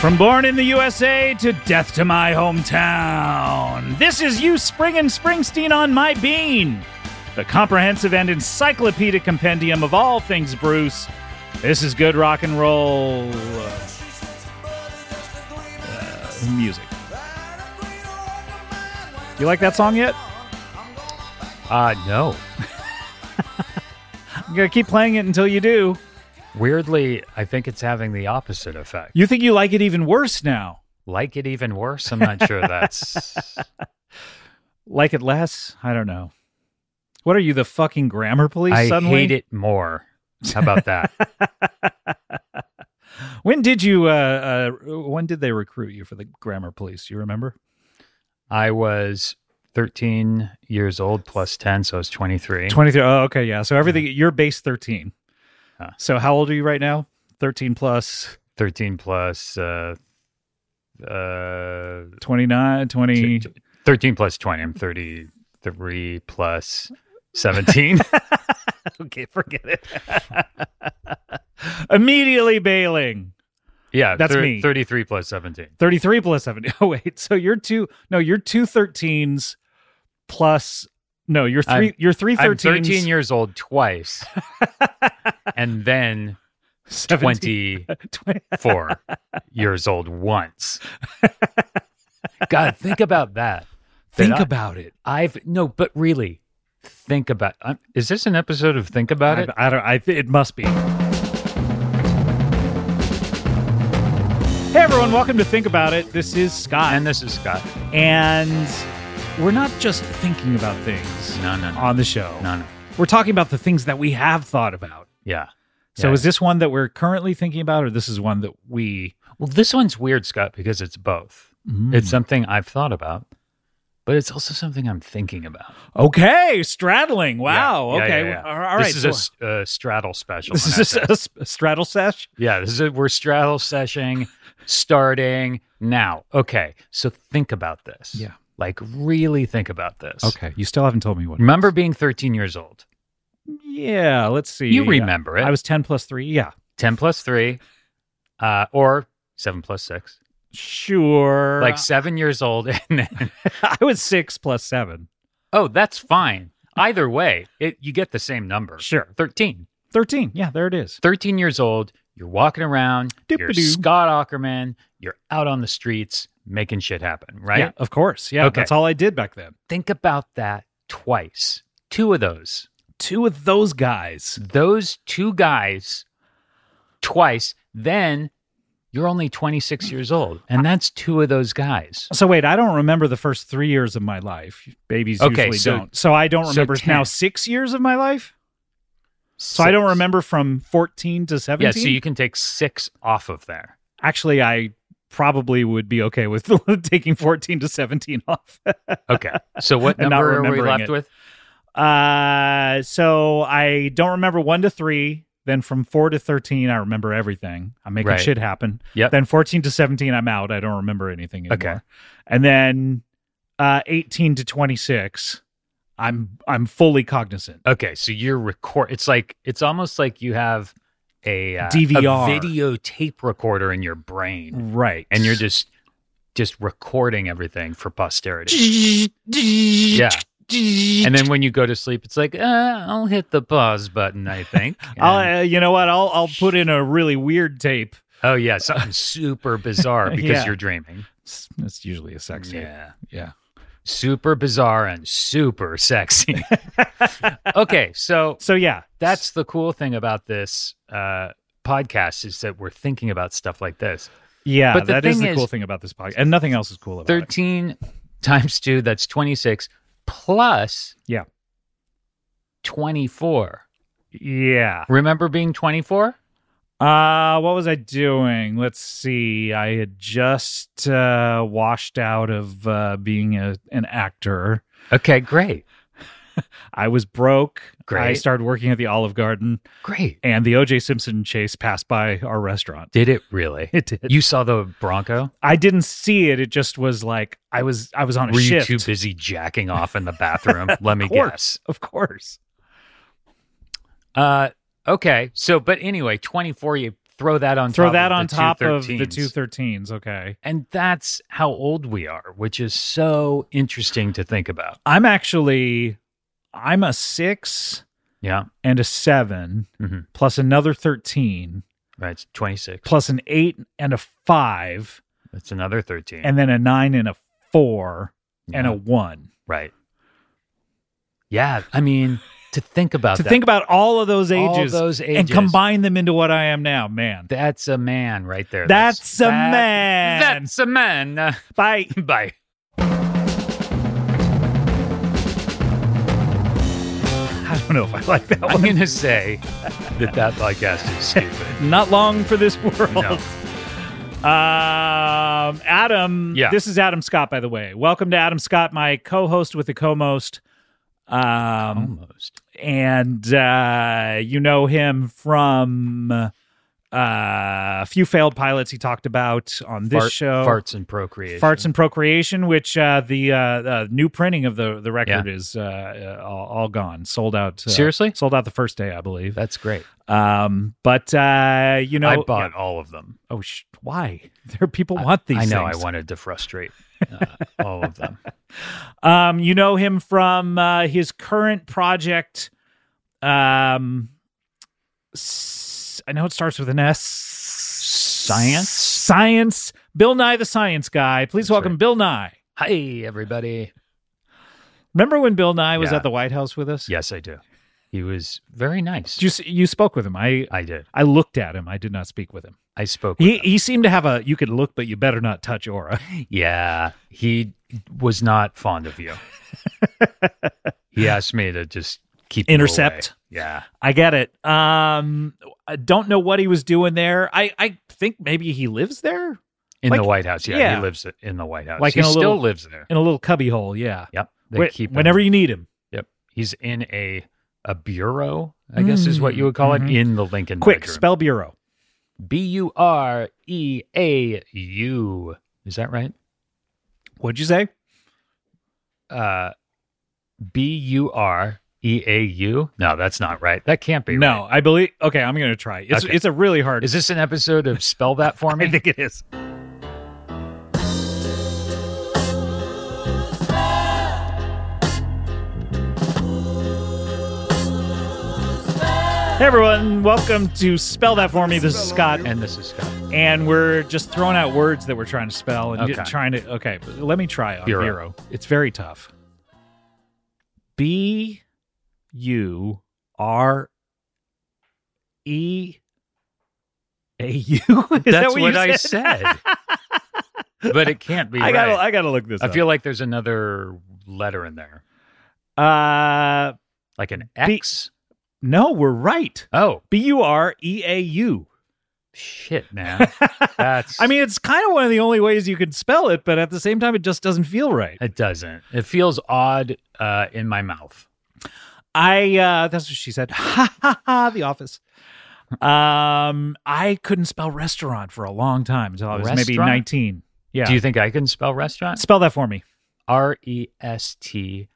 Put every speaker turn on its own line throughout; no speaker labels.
From born in the USA to death to my hometown, this is you, Spring and Springsteen on my bean, the comprehensive and encyclopedic compendium of all things Bruce. This is good rock and roll uh, music. You like that song yet?
Uh, no.
I'm gonna keep playing it until you do.
Weirdly, I think it's having the opposite effect.
You think you like it even worse now?
Like it even worse? I'm not sure that's.
Like it less? I don't know. What are you, the fucking grammar police?
I
suddenly,
hate it more. How about that?
when did you? Uh, uh, when did they recruit you for the grammar police? Do you remember?
I was 13 years old plus 10, so I was 23.
23 oh okay yeah so everything you're base 13
Huh.
so how old are you right now 13 plus
13 plus. Uh, uh,
29
t-
20
t- 13 plus 20. I'm 33 plus 17.
okay forget it immediately bailing
yeah,
That's me.
33 plus 17.
33 plus 70 oh wait so you're two no you're two 13s plus no you're 3
I'm-
you're three 13s
I'm 13 years old twice, and then
17
20.
20
four years old once. God, think about that. That
think
I-
about it
I've no, but really, think about. i is this an episode of Think About
I,
It?
I don't. I th- it must be. Hey everyone, welcome to Think About It. This is Scott,
and this is Scott.
and we're not just thinking about things
No, no, no,
on the show.
no, no.
We're talking about the things that we have thought about.
Yeah.
So
Yeah.
is this one that we're currently thinking about, or this is one that we? mm,
Well, this one's weird, Scott, because it's both. It's
Hmm.
something I've thought about, but it's also something I'm thinking about.
okay, straddling. Wow.
Yeah, yeah,
okay.
yeah, yeah.
All all right.
This is
so-
a s- a, straddle special.
this
in
is
essence.
a, s- a straddle sesh.
Yeah, this is it. We're straddle seshing starting now. Okay, so think about this.
Yeah.
Like, really think about this.
Okay, you still haven't told me what.
Remember being 13 years old?
Yeah, let's see.
You remember it.
I was ten plus three. Yeah.
10 plus 3 uh, or 7 plus 6.
Sure.
Like 7 years old. And then,
I was six plus seven.
oh, that's fine. Either way, it, you get the same number.
Sure.
13.
13. Yeah, there it is.
13 years old. You're walking around. You're
Doop-a-doo.
Scott Ackerman. You're out on the streets making shit happen, right?
Yeah, of course. Yeah,
Okay.
that's all I did back then.
Think about that twice. Two of those.
Two of those guys.
those two guys twice, then you're only 26 years old. And that's two of those guys.
So wait, I don't remember the first three years of my life. Babies
Okay,
usually
so-
don't. So I don't
so
remember
10.
now six years of my life. So I don't
Six.
remember from 14 to 17.
Yeah, so you can take six off of there.
Actually, I probably would be okay with taking 14 to 17 off.
Okay. So what
And not
number are we
remembering
left
it.
with?
Uh, so I don't remember one to three. Then from four to thirteen, I remember everything. I'm making
Right.
shit happen.
Yep.
Then fourteen to seventeen, I'm out. I don't remember anything anymore.
Okay.
And then uh, eighteen to twenty six, I'm I'm fully cognizant.
Okay. So you're record it's like it's almost like you have a uh,
DVR.
a videotape recorder in your brain.
Right.
And you're just just recording everything for posterity.
yeah.
Yeah. And then when you go to sleep, it's like, uh, I'll hit the pause button, I think. And-
I'll, uh, you know what? I'll I'll put in a really weird tape.
Oh yeah, something super bizarre because
Yeah.
you're dreaming.
It's, it's usually a sex tape.
Yeah.
Yeah.
Super bizarre and super sexy. okay, so
So yeah,
that's the cool thing about this uh, podcast is that we're thinking about stuff like this.
yeah.
but the
that is
thing
the cool
is-
thing about this podcast, and nothing else is cool about it.
13 times 2 that's 26 plus
Yeah.
24.
Yeah.
Remember being 24?
Uh, what was I doing? Let's see. I had just uh, washed out of uh, being a, an actor.
Okay, great.
I was broke. I
Great.
started working at the Olive Garden,
Great.
and the O.J. Simpson chase passed by our restaurant.
Did it really?
It did.
You saw the Bronco?
I didn't see it. It just was like I was. I was on a
Were you
shift.
too busy jacking off in the bathroom? Let me
course.
guess.
Of course.
Uh, okay. So, but anyway, 24, you throw that on
Throw
top
that
of
on
the
top of the
213s.
213s. Okay.
and that's how old we are, which is so interesting to think about.
I'm actually, I'm a six
Yeah.
and a 7
Mhm.
plus another 13,
Right. It's 26.
plus an eight and a five,
That's another 13.
and then a nine and a four and a
Yeah,
one.
right. Yeah. I mean, to think about
To
that,
think about all of those
all
ages,
those ages
and combine them into what I am now, man.
That's a man right there.
That's a man.
That's a man. Uh,
Bye.
bye.
I don't know if I like that
I'm
one.
going to say that that podcast is stupid.
Not long for this world.
No.
Um, Adam.
Yeah.
This is Adam Scott, by the way. Welcome to Adam Scott, my co-host with the co-most. Um,
Almost.
and uh, you know him from uh, a few failed pilots he talked about on this
Fart-
show.
Farts and procreation.
Farts and Procreation, which uh, the uh, uh, new printing of the the record is uh, uh, all, all gone, sold out. Uh,
Seriously?
sold out the first day, I believe.
That's great.
Um, but uh, you know,
I bought all of them.
Oh, sh- why? There, people want these.
I know.
things.
I wanted to frustrate uh, all of them.
Um, you know him from uh, his current project. Um, s- I know it starts with an S. Science. Science. Bill Nye, the Science Guy. Please
That's
welcome
right.
Bill Nye.
Hi, everybody.
Remember when Bill Nye was
Yeah.
at the White House with us?
Yes, I do. He was very nice.
You s- you spoke with him. I
I did.
I looked at him. I did not speak with him.
I spoke.
He
With
he seemed to have a you could look, but you better not touch aura.
him. Yeah, he was not fond of you. he asked me to just keep you
Intercept.
away. Yeah,
I get it. Um, I don't know what he was doing there. I I think maybe he lives there
in
Like-
the White House. Yeah,
yeah.
he lives in the White House.
Like
he
in a
still
little-
lives there.
in a little cubbyhole. Yeah.
Yep. They
Wh-
keep him-
whenever you need him.
he's in a a bureau. I guess is what you would call
Mhm.
it in the Lincoln.
Quick,
bedroom.
spell bureau.
B U R E A U. Is that right?
What'd you say?
Uh, B U R E A U. No, that's not right. That can't be.
No, I believe. Okay, I'm gonna try. It's
Okay.
it's a really hard.
right. Is this an episode of Spell That For Me?
I think it is. Hey everyone, welcome to Spell That For Me. This is Scott,
and this is Scott.
and we're just throwing out words that we're trying to spell and
Okay.
trying to. Okay, but let me try on
Bureau.
bureau. It's very tough. B U R E A U. Is that
That's
what,
what
you
I
said?
but it can't be
I gotta,
right.
I gotta look this
I,
up.
feel like there's another letter in there,
uh,
like an
B-
X.
no, we're right.
oh
B U R E A U.
shit, man. That's.
I mean, it's kind of one of the only ways you could spell it, but at the same time, it just doesn't feel right.
it doesn't. It feels odd uh, in my mouth.
I uh that's what she said. Ha ha ha the office. Um I couldn't spell restaurant for a long time until I was maybe
Restaurant?
19. Yeah.
Do you think I can spell restaurant?
spell that for me?
R E S T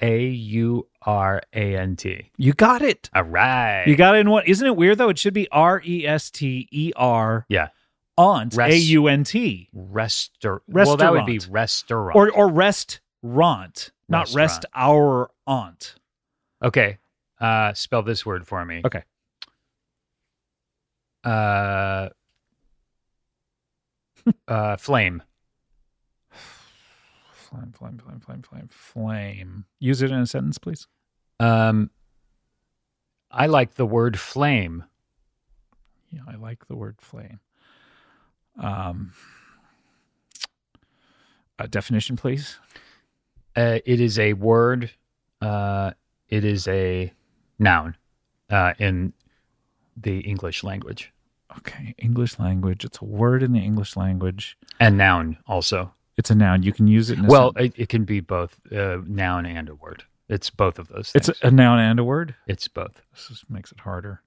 A U R A N T.
You got it.
All right.
You got it in what isn't it weird though? It should be R E S T E R
Yeah.
aunt
Rest-
A U N T.
Restaur- Well, that would be restaurant.
Or or rest rant, not rest
Restaurant.
our aunt.
okay. Uh, spell this word for me.
Okay.
Uh, uh, flame.
Flame, flame, flame, flame, flame, flame. Use it in a sentence, please.
Um, I like the word flame.
Yeah, I like the word flame. Um, a definition, please.
Uh, it is a word. Uh, it is a noun uh, in the English language.
Okay, English language. It's a word in the English language.
And noun also.
It's a noun. You can use it. In a
Well,
sen-
it, it can be both a noun and a word. It's both of those things.
it's a, a noun and a word.
it's both.
This just makes it harder.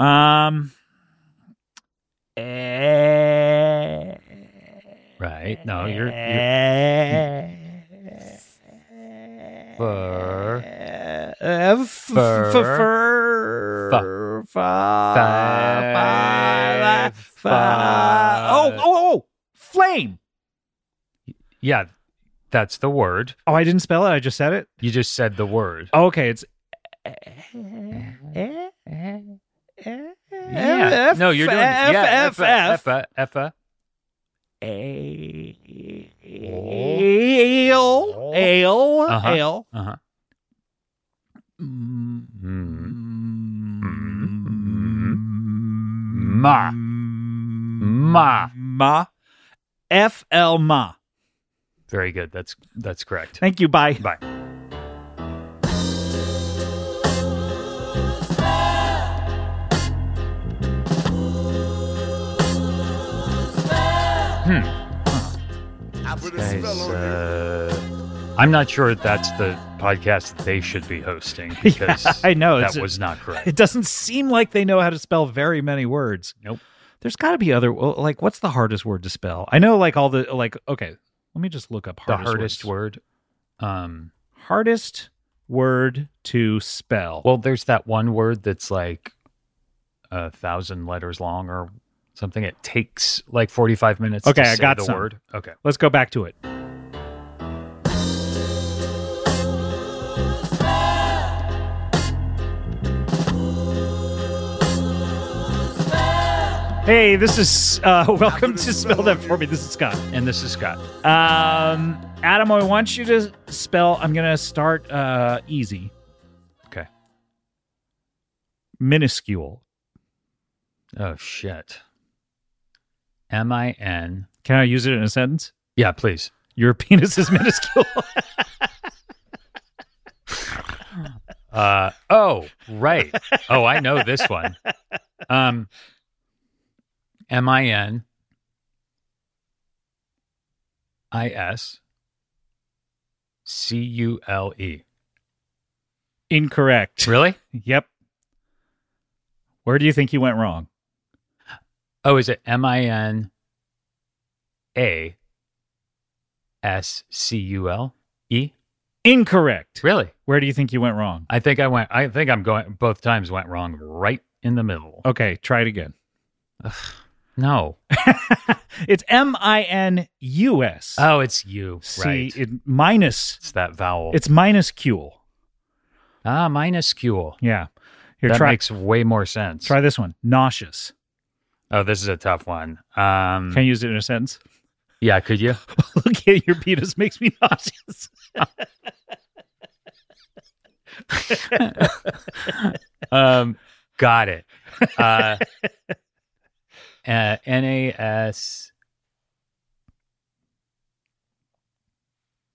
Um. eh,
Right. No, Oh, you're, you're
eh,
fur.
Fur. Fur.
Fur.
Five.
Five.
Five. Oh, oh, oh, flame.
Yeah, that's the word.
Oh, I didn't spell it. I just said it. Oh,
You just said the word.
Okay, it's.
Yeah. No, you're doing yeah,
F F F.
F F F.
Ale. Ale.
Oh. Uh-huh.
Ale.
Uh huh. Mm.
Ma.
Mm-hmm. Ma.
Ma. F L Ma.
Very good. That's that's correct.
Thank you. Bye.
Bye.
I put a
Guys,
spell on you.
uh, I'm not sure that's the podcast that they should be hosting because
I know.
that
it's-
was not correct.
It doesn't seem like they know how to spell very many words.
Nope.
There's got to be other well, like what's the hardest word to spell? I know like all the like okay, let me just look up
The
hardest
hardest
words.
word. Um.
Hardest word to spell.
Well, there's that one word that's like a thousand letters long or something. It takes like 45 minutes.
Okay,
to
I
say
got
the
some.
word. Okay.
Let's go back to it. Hey, this is uh, welcome to Spell That For Me. This is Scott.
And this is Scott.
Um, Adam, I want you to spell. I'm gonna start uh, easy.
Okay.
Minuscule.
Oh shit. M I N.
Can I use it in a sentence?
Yeah, please.
Your penis is minuscule.
Uh oh, right. Oh, I know this one. Um M I N I S C U L E.
Incorrect.
Really?
Yep. Where do you think you went wrong?
Oh, is it M I N A S C U L E?
Incorrect.
Really?
Where do you think you went wrong?
I think I went I think I'm going both times went wrong right in the middle.
Okay, try it again.
No.
It's M I N U S.
Oh, it's you.
See,
right.
it, minus.
it's that vowel.
It's minuscule.
ah minuscule.
Yeah. Here,
that
try
makes way more sense.
try this one. Nauseous.
oh, this is a tough one. Um,
Can I use it in a sentence?
yeah, could you?
Look at your penis makes me nauseous.
Um, got it. Uh, uh, N A S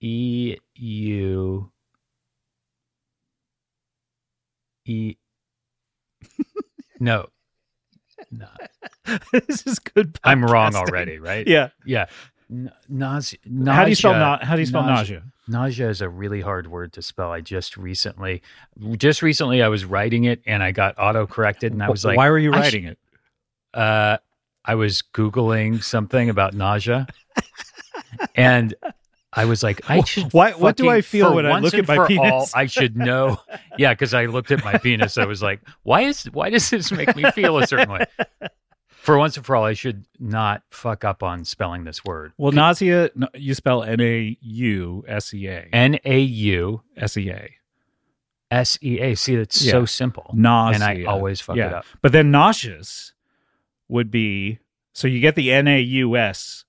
E U E. No, no,
this is good.
I'm wrong
podcasting.
already, right?
Yeah.
yeah. N- nausea,
How do you spell
nausea-
na- How do you spell nausea?
Nausea is a really hard word to spell. I just recently, just recently, I was writing it and I got auto corrected, and I was like,
Why were you
I sh-
writing it?
uh, I was googling something about nausea, and I was like, I should.
Why- what do
fucking-
I feel
for
when I
once
look
and
at my
for
penis?
all, I should know. Yeah, because I looked at my penis. I was like, why is why does this make me feel a certain way? For once and for all, I should not fuck up on spelling this word.
Well, nausea. no, You spell N A U S E A
N a u
S E A.
s e a. See, that's
Yeah.
so simple.
Nausea.
and I always fuck it
Yeah.
up.
But then nauseous would be so you get the N A U S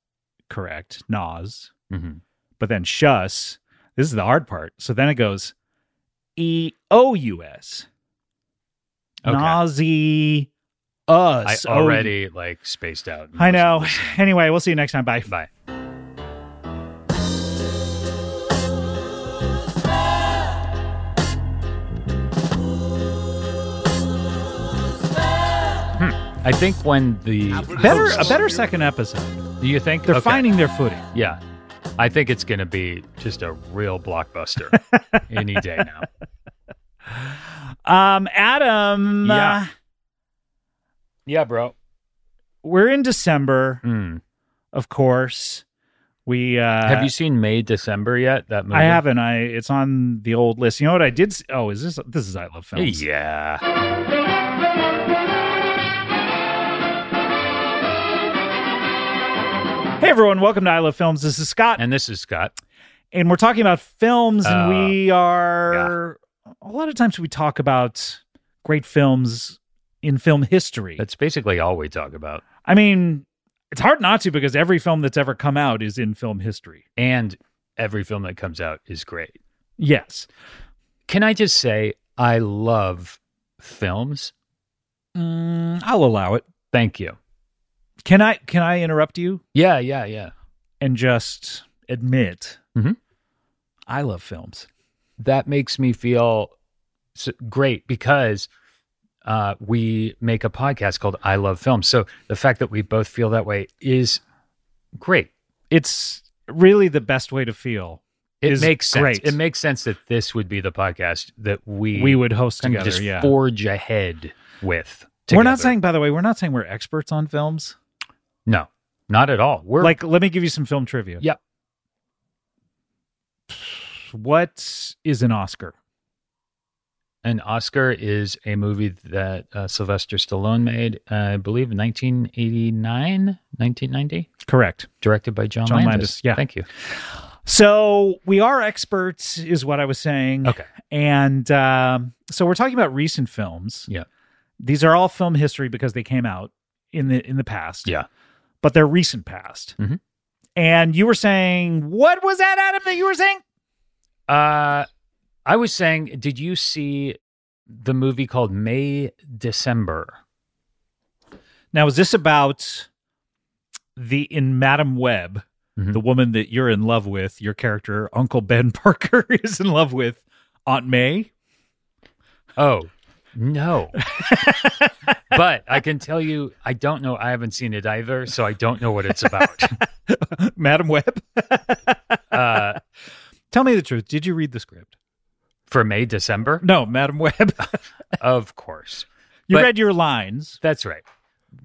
correct, naus,
Mhm.
but then shus. This is the hard part. So then it goes E O U S.
Okay.
Nausea.
I
Us.
already like spaced out.
Oh, I know. Anyway, we'll see you next time. Bye.
Bye. Hmm. I think when the
Better a
host-
better second episode.
do you think
They're
Okay.
finding their footing.
Yeah, I think it's going to be just a real blockbuster any day now.
Um, Adam,
Yeah.
uh,
Yeah, bro.
we're in December, of course. We uh,
Hmm. Have you seen May December yet? That movie.
I haven't. I it's on the old list. You know what I did? s- Oh, is this this is I love films?
Yeah.
everyone, welcome to I Love Films. This is Scott, and,
And this is Scott.
we're talking about films, and
Uh,
we are a lot of times we talk about great films in film history.
That's basically all we talk about.
I mean, it's hard not to because every film that's ever come out is in film history.
And every film that comes out is great.
Yes.
Can I just say, I love films?
Mm, I'll allow it.
Thank you.
Can I can I interrupt you
Yeah, yeah, yeah.
and just admit
Mhm.
I love films.
That makes me feel s great because uh, we make a podcast called I Love Films. So the fact that we both feel that way is great.
It's really the best way to feel.
It
Is
makes sense.
great.
It makes sense that this would be the podcast that we
We would host
kind of
together.
just
yeah.
forge ahead with.
We're not
together.
saying, by the way, we're not saying we're experts on films.
no, not at all. We're
like, let me give you some film trivia.
Yep.
What is an Oscar?
An Oscar is a movie that uh, Sylvester Stallone made, uh, I believe, in 1989, 1990,
Correct.
directed by John,
John
Landis.
Landis, yeah.
Thank you.
So we are experts, is what I was saying.
Okay.
And um, so we're talking about recent films.
Yeah.
These are all film history because they came out in the in the past.
Yeah.
But they're recent past.
Mhm.
And you were saying, what was that, Adam? That you were saying?
Uh, I was saying, did you see the movie called May December?
Now, is this about the in Madam Web,
Mhm.
the woman that you're in love with, your character Uncle Ben Parker is in love with Aunt May?
Oh, no. but I can tell you, I don't know. I haven't seen it either, so I don't know what it's about.
Madam Web,
uh,
tell me the truth. Did you read the script?
for May December,
No, Madam Web.
of course.
you
But-
read your lines.
That's right.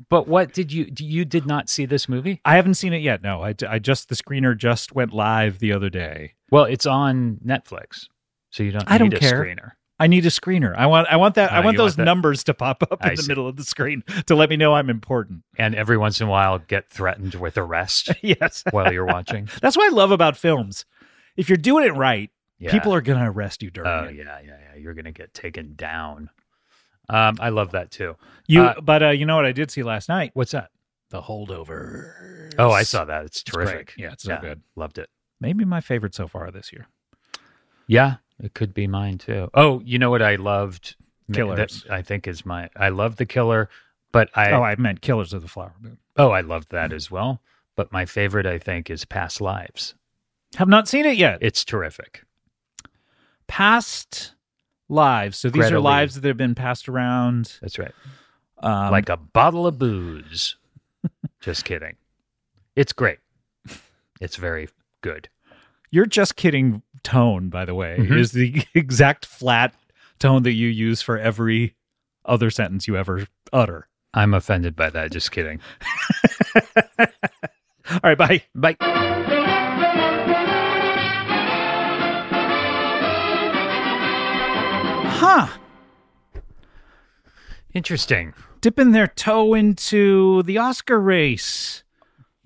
But what did you? You did not see this movie?
I haven't seen it yet. No, I, I just the screener just went live the other day.
Well, it's on Netflix, so you don't. Need
I don't
a
care.
Screener.
I need a screener. I want I want that I
Oh,
Ah, want
you want
those
that.
numbers to pop up in
I
the
see.
middle of the screen to let me know I'm important.
And every once in a while, get threatened with arrest
Yes.
while you're watching.
That's what I love about films. If you're doing it right,
Yeah.
people are going to arrest you during
Oh
it.
yeah, yeah, yeah. You're gonna get taken down. Um, I love that too.
You,
Uh,
but uh, you know what I did see last night?
What's that?
The Holdover.
Oh, I saw that. It's
It's great.
terrific.
Yeah, it's so good.
Loved it.
Maybe my favorite so far this year.
Yeah, it could be mine too. Oh, you know what I loved? Ma-
Killers.
That I think is my. I love the killer, but I.
oh,
Oh, I,
I meant Killers of the Flower Moon.
oh, I loved that as well. But my favorite, I think, is Past Lives.
Have not seen it yet.
It's terrific.
Past lives. So these
Greta
are
Lee.
lives that have been passed around.
That's right.
Um,
like a bottle of booze. just kidding. It's great. It's very good.
You're just kidding tone, by the way,
Mhm.
is the exact flat tone that you use for every other sentence you ever utter.
I'm offended by that. Just kidding.
All right, bye.
Bye.
Huh.
Interesting.
Dipping their toe into the Oscar race.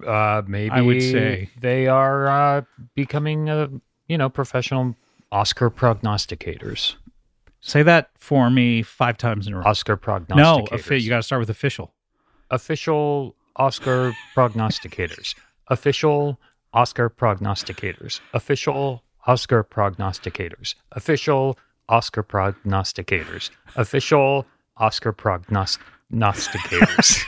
Uh, maybe
I would say-
they are uh, becoming, uh, you know, professional Oscar prognosticators.
Say that for me five times in a row.
Oscar prognosticators.
No, offi- you got to start with official.
official Oscar prognosticators. Official Oscar prognosticators. Official Oscar prognosticators. Official Oscar prognosticators. Official Oscar prognosticators.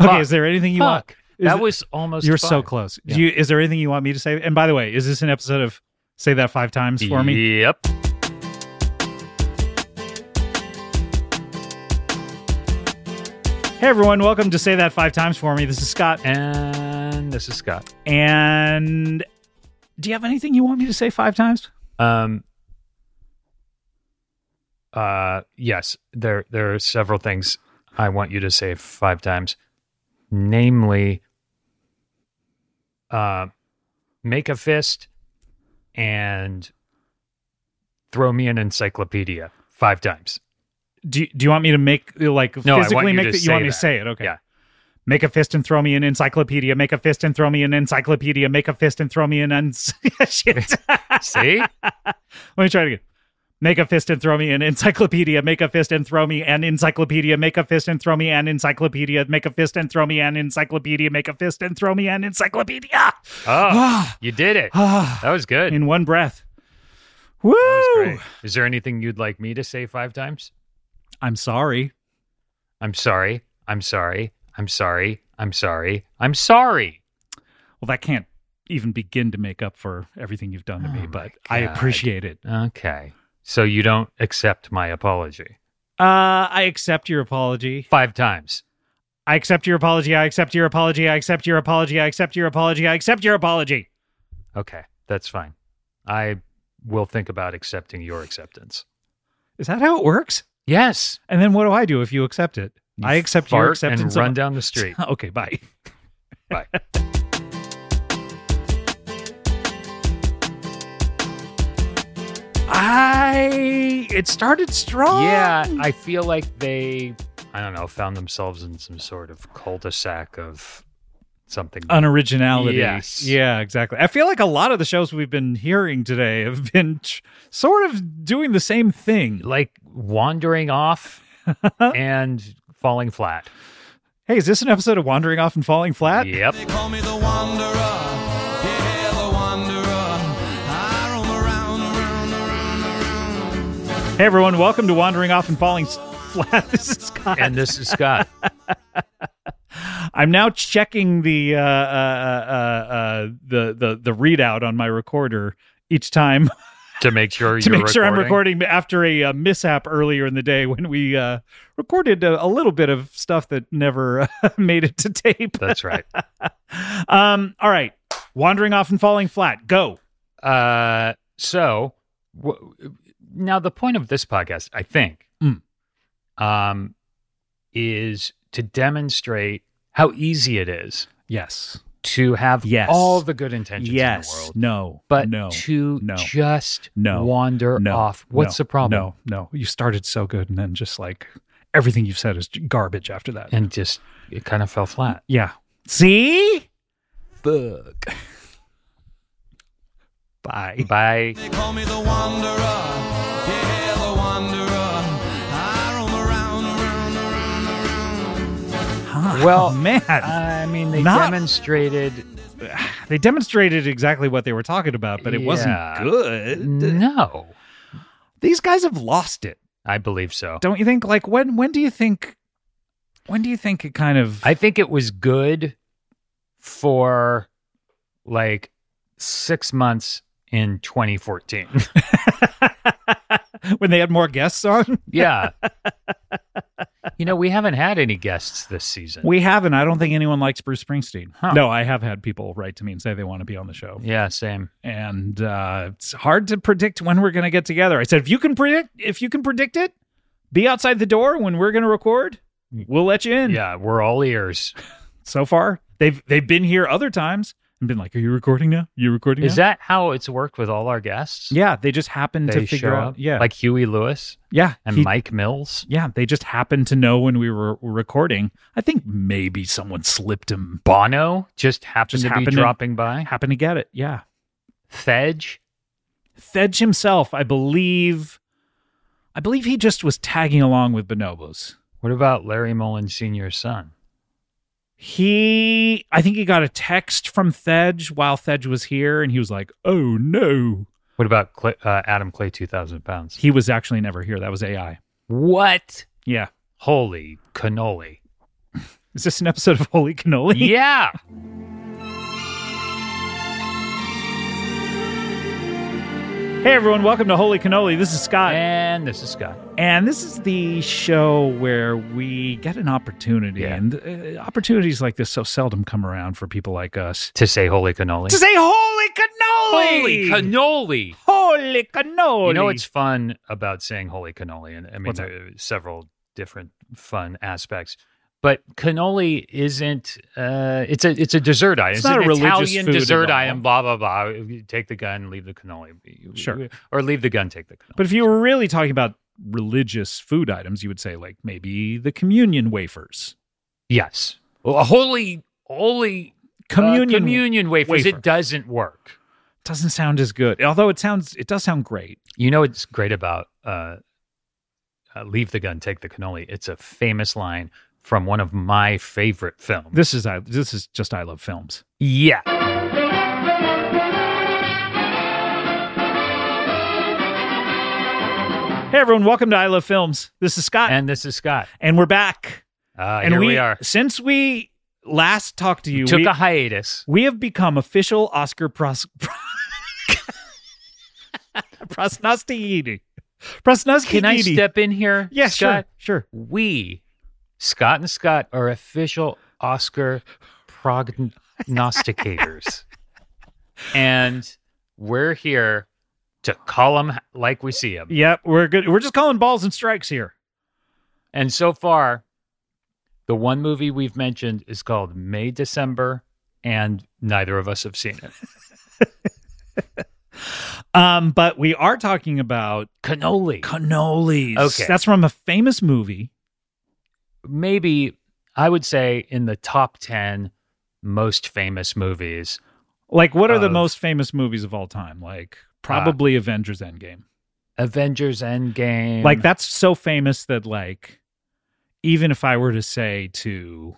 Okay, is there anything you want?
Fuck.
Is
That
it-
was almost.
You're so
five.
close.
Yeah.
Do you, is there anything you want me to say? And by the way, is this an episode of Say That Five Times for Me?
Yep.
Hey, everyone, welcome to Say That Five Times for Me. This is Scott.
And this is Scott.
And do you have anything you want me to say five times?
Um. Uh. Yes. There. There are several things I want you to say five times, namely, uh, make a fist and throw me an encyclopedia five times.
Do you, do you want me to make like
No, I want
physically
you
make
to
that you want
say
me to
that.
say it? Okay.
Yeah.
Make a fist and throw me an encyclopedia. Make a fist and throw me an encyclopedia. Make a fist and throw me an uns. Shit.
See?
Let me try it again. Make a fist and throw me an encyclopedia. Make a fist and throw me an encyclopedia. Make a fist and throw me an encyclopedia. Make a fist and throw me an encyclopedia. Make a fist and throw me an encyclopedia.
Oh,
Ah,
you did it.
ah,
That was good.
in one breath. Woo!
that was great. Is there anything you'd like me to say five times?
I'm sorry.
I'm sorry. I'm sorry. I'm sorry. I'm sorry. I'm sorry.
Well, that can't even begin to make up for everything you've done to
Oh my
me, but I
God.
appreciate it.
Okay. So you don't accept my apology
Uh, I accept your apology.
five times.
I accept your apology. I accept your apology. I accept your apology. I accept your apology. I accept your apology.
Okay. That's fine. I will think about accepting your acceptance.
Is that how it works?
Yes.
And then what do I do if you accept it? I accept your
Fart
acceptance.
and
of-
run down the street.
okay, bye.
Bye.
I it started strong.
Yeah, I feel like they, I don't know, found themselves in some sort of cul-de-sac of something.
Uh. unoriginality.
Yes.
Yeah, exactly. I feel like a lot of the shows we've been hearing today have been tr- sort of doing the same thing.
like wandering off and falling flat.
Hey, is this an episode of Wandering Off and Falling Flat?
Yep.
They call me the wanderer. Yeah, the wanderer. I roam around, around, around, around.
Hey, everyone, welcome to Wandering Off and Falling S- Flat. This is Scott.
And this is Scott.
I'm now checking the uh, uh, uh, uh, uh, the the the readout on my recorder each time
to make sure
to
you're
make sure I'm recording after a, uh mishap earlier in the day when we uh, recorded a, a little bit of stuff that never uh, made it to tape.
That's right.
Um, all right. Wandering off and falling flat. Go.
Uh, so w- now the point of this podcast, I think,
Mm.
um, is to demonstrate how easy it is
Yes.
to have
Yes.
all the good intentions in the
Yes.
world,
No.
but
no.
to
No.
just
No.
wander
No.
off. What's
No.
the problem?
No. No. You started so good, and then just like everything you've said is garbage after that.
And just it kind of fell flat.
yeah. See.
Book.
Bye.
Bye.
They call me the wanderer. Yeah, the wanderer. I roam around, around, around, around.
Well, uh,
man,
I mean, they
Not-
demonstrated
they demonstrated exactly what they were talking about, but it
Yeah.
wasn't good.
no.
These guys have lost it,
I believe so.
don't you think? Like when? When do you think? When do you think it kind of?
I think it was good for like six months in 2014.
when they had more guests on.
yeah. you know, we haven't had any guests this season.
We haven't. I don't think anyone likes Bruce Springsteen.
Huh.
No, I have had people write to me and say they want to be on the show.
yeah, same.
And uh, it's hard to predict when we're going to get together. I said, if you can predict, if you can predict it, be outside the door when we're going to record. We'll let you in.
Yeah, we're all ears.
So far, they've they've been here other times and been like, "Are you recording now? you recording
Is
now?"
that how it's worked with all our guests?
yeah, they just happened
They
to figure
show
out.
up?
Yeah,
Like Huey Lewis
yeah,
and
he-
Mike Mills.
Yeah, they just happened to know when we were were recording. I think maybe someone slipped him,
Bono just happened
Just
to
happened
be
to-
dropping by.
happened to get it. Yeah.
Fedge.
Fedge himself, I believe, I believe he just was tagging along with Bonobos.
What about Larry Mullen Sr.'s son?
He, I think he got a text from Fedge while Fedge was here, and he was like, "Oh no!"
What about Clay, uh, Adam Clay, 2,000 pounds?
He was actually never here. That was AI.
What?
Yeah.
Holy cannoli.
Is this an episode of Holy Cannoli?
yeah.
Hey everyone, welcome to Holy Cannoli. This is Scott.
And this is Scott.
And this is the show where we get an opportunity,
Yeah.
and uh, opportunities like this so seldom come around for people like us
To say holy cannoli.
to say "Holy cannoli!"
cannoli.
Holy cannoli!
You know what's fun about saying holy cannoli? And I mean,
What's
there are several different fun aspects. But cannoli isn't. Uh, it's a it's a dessert item.
It's not
an
a religious
Italian
food at
dessert
all.
item. Blah blah blah. You Take the gun, leave the cannoli.
Sure.
Or leave the gun, take the cannoli.
But if you were really talking about religious food items, you would say like maybe the communion wafers,
yes, Well, a holy, holy uh,
Communion
communion wafer.
wafer.
It doesn't work.
doesn't sound as good, although it sounds it does sound great.
You know what's great about uh, uh, "Leave the Gun, Take the Cannoli"? It's a famous line from one of my favorite films.
This is I this is just I love films.
yeah,
Hey everyone, welcome to I Love Films. This is Scott, and,
and this is Scott.
we're back.
Uh,
and
here we,
we
are.
Since we last talked to you,
Took
we,
a hiatus.
we have become official Oscar pros. Prosnostini. Prosnostini.
Can I step in here?
Yeah,
Scott?
sure, sure.
We, Scott and Scott, are official Oscar prognosticators, and we're here to call them like we see them.
Yep, we're good. We're just calling balls and strikes here.
And so far, the one movie we've mentioned is called May December, and neither of us have seen it.
Um, but we are talking about
Cannoli.
cannolis.
Okay.
that's from a famous movie.
Maybe I would say in the top 10 most famous movies.
Like, what are the
Of- Ah.
most famous movies of all time? Like, probably Avengers Endgame.
Avengers Endgame.
Like, that's so famous that, like, even if I were to say to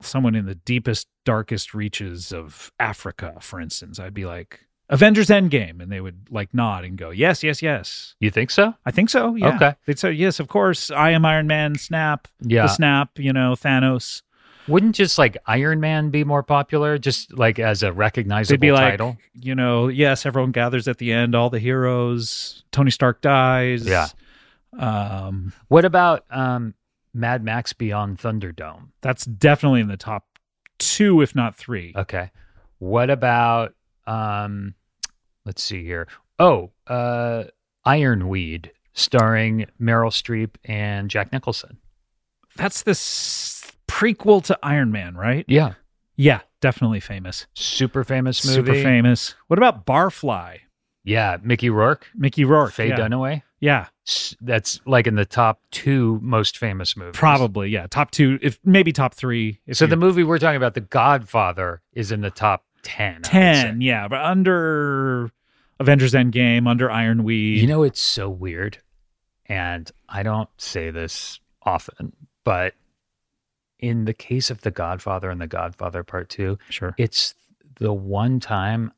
someone in the deepest, darkest reaches of Africa, for instance, I'd be like, Avengers Endgame. And they would, like, nod and go, yes, yes, yes.
You think so?
I think so. Yeah.
Okay.
They'd say, yes, of course. I am Iron Man, snap,
Yeah.
the snap, you know, Thanos.
Wouldn't just like Iron Man be more popular, just like as a recognizable
They'd be like,
title?
you know, yes, everyone gathers at the end, all the heroes. Tony Stark dies.
Yeah.
Um,
What about um, Mad Max Beyond Thunderdome?
that's definitely in the top two, if not three.
Okay. What about um let's see here. Oh, uh Ironweed starring Meryl Streep and Jack Nicholson.
that's the s- prequel to Iron Man, right?
Yeah.
Yeah, definitely famous.
Super famous movie.
Super famous. What about Barfly?
Yeah, Mickey Rourke,
Mickey Rourke.
Faye
yeah.
Dunaway.
yeah,
S- That's like in the top 2 most famous movies.
probably. Yeah, top two, if maybe top three. If
So
you-
the movie we're talking about The Godfather is in the top 10. I would say.
10, yeah, but under Avengers Endgame, under Iron Weed.
You know, it's so weird. And I don't say this often, but in the case of The Godfather and The Godfather Part Two,
sure.
it's the one time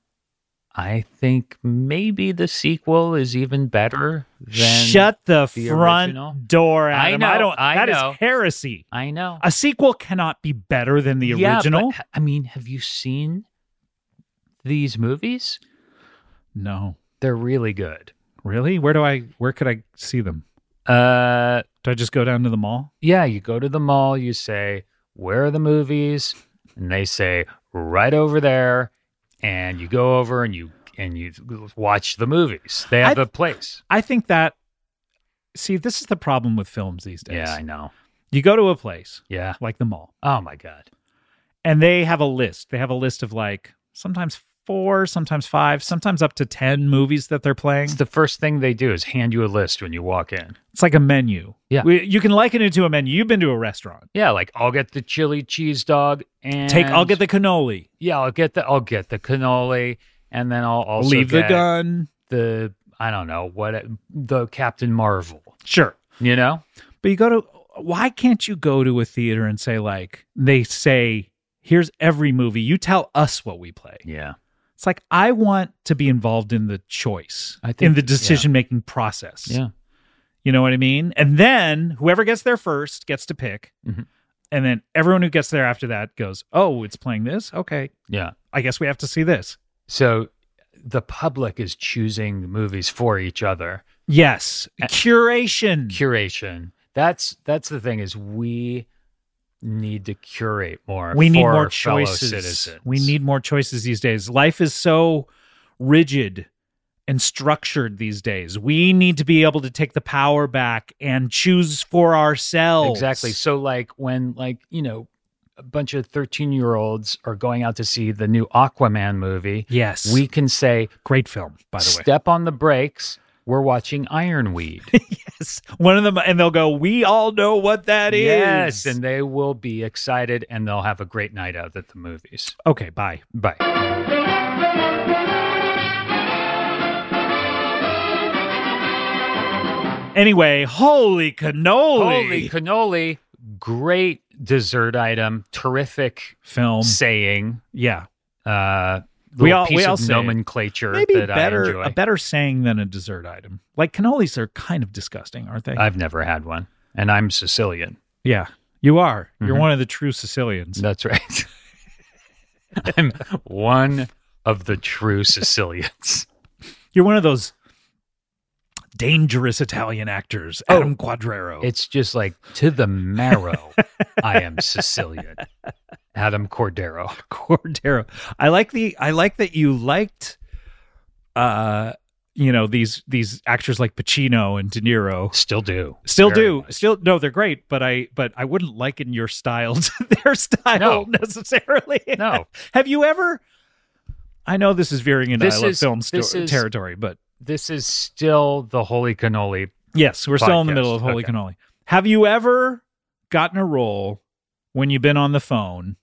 I think maybe the sequel is even better than.
Shut the,
the
front
original.
door,
I
Adam.
know,
don't.
I
that is
know.
heresy.
I know.
A sequel cannot be better than the
Yeah, but,
original.
I mean, have you seen these movies?
No,
They're really good.
really. Where do I? Where could I see them?
Uh,
Do I just go down to the mall?
yeah, you go to the mall, you say, Where are the movies? And they say, Right over there. And you go over and you and you watch the movies. They have
I-
a place.
I think that. See, this is the problem with films these days.
Yeah, I know.
You go to a place
Yeah.
like the mall,
Oh my God.
and they have a list. They have a list of like sometimes four, sometimes five, sometimes up to ten movies that they're playing.
It's the first thing they do is hand you a list when you walk in.
It's like a menu.
Yeah.
we, you can liken it to a menu. You've been to a restaurant.
Yeah, like I'll get the chili cheese dog and
Take. I'll get the cannoli.
yeah, I'll get the I'll get the cannoli and then I'll also
leave the
get
gun.
the I don't know what the Captain Marvel.
Sure.
You know?
But you go to why can't you go to a theater and say like they say here's every movie you tell us what we play.
Yeah.
It's like I want to be involved in the choice,
I think-
in the decision making process.
Yeah.
You know what I mean? And then whoever gets there first gets to pick.
Mhm.
And then everyone who gets there after that goes, "Oh, it's playing this. Okay.
Yeah.
I guess we have to see this."
So the public is choosing the movies for each other.
Yes.
Uh,
Curation.
Curation. That's that's the thing is we need to curate more.
we need
for
more
our fellow
choices
Citizens.
we need more choices these days life is so rigid and structured these days we need to be able to take the power back and choose for ourselves
exactly. So like when like you know a bunch of thirteen year olds are going out to see the new Aquaman movie,
yes
we can say
great film by the way
step on the brakes. We're watching Ironweed.
Yes. One of them, and they'll go, We all know what that is.
yes, and they will be excited and they'll have a great night out at the movies.
okay, bye.
Bye.
Anyway, holy cannoli.
Holy cannoli. Great dessert item. Terrific
film.
saying.
Yeah.
Uh, little
Um, We all-
piece
we all
of
say it.
nomenclature
Maybe
that I
better
enjoy.
a better saying than a dessert item. Like cannolis are kind of disgusting, aren't they?
I've never had one. And I'm Sicilian.
yeah. You are. You're
Mhm.
one of the true Sicilians.
That's right. I'm one of the true Sicilians.
You're one of those dangerous Italian actors,
Oh.
Adam Quadrero.
It's just like to the marrow, I am Sicilian. Adam Cordero.
Cordero. I like the I like that you liked uh you know these these actors like Pacino and De Niro.
Still do.
Still
Very
do.
much.
Still no, they're great, but I but I wouldn't liken your style to their style
No.
necessarily.
No.
Have you ever I know this is veering into
This
I love
is-
film sto-
this is-
territory, but
This is still the holy cannoli.
yes, we're still in the
Podcast.
middle of Holy
Okay.
Cannoli. Have you ever gotten a role when you've been on the phone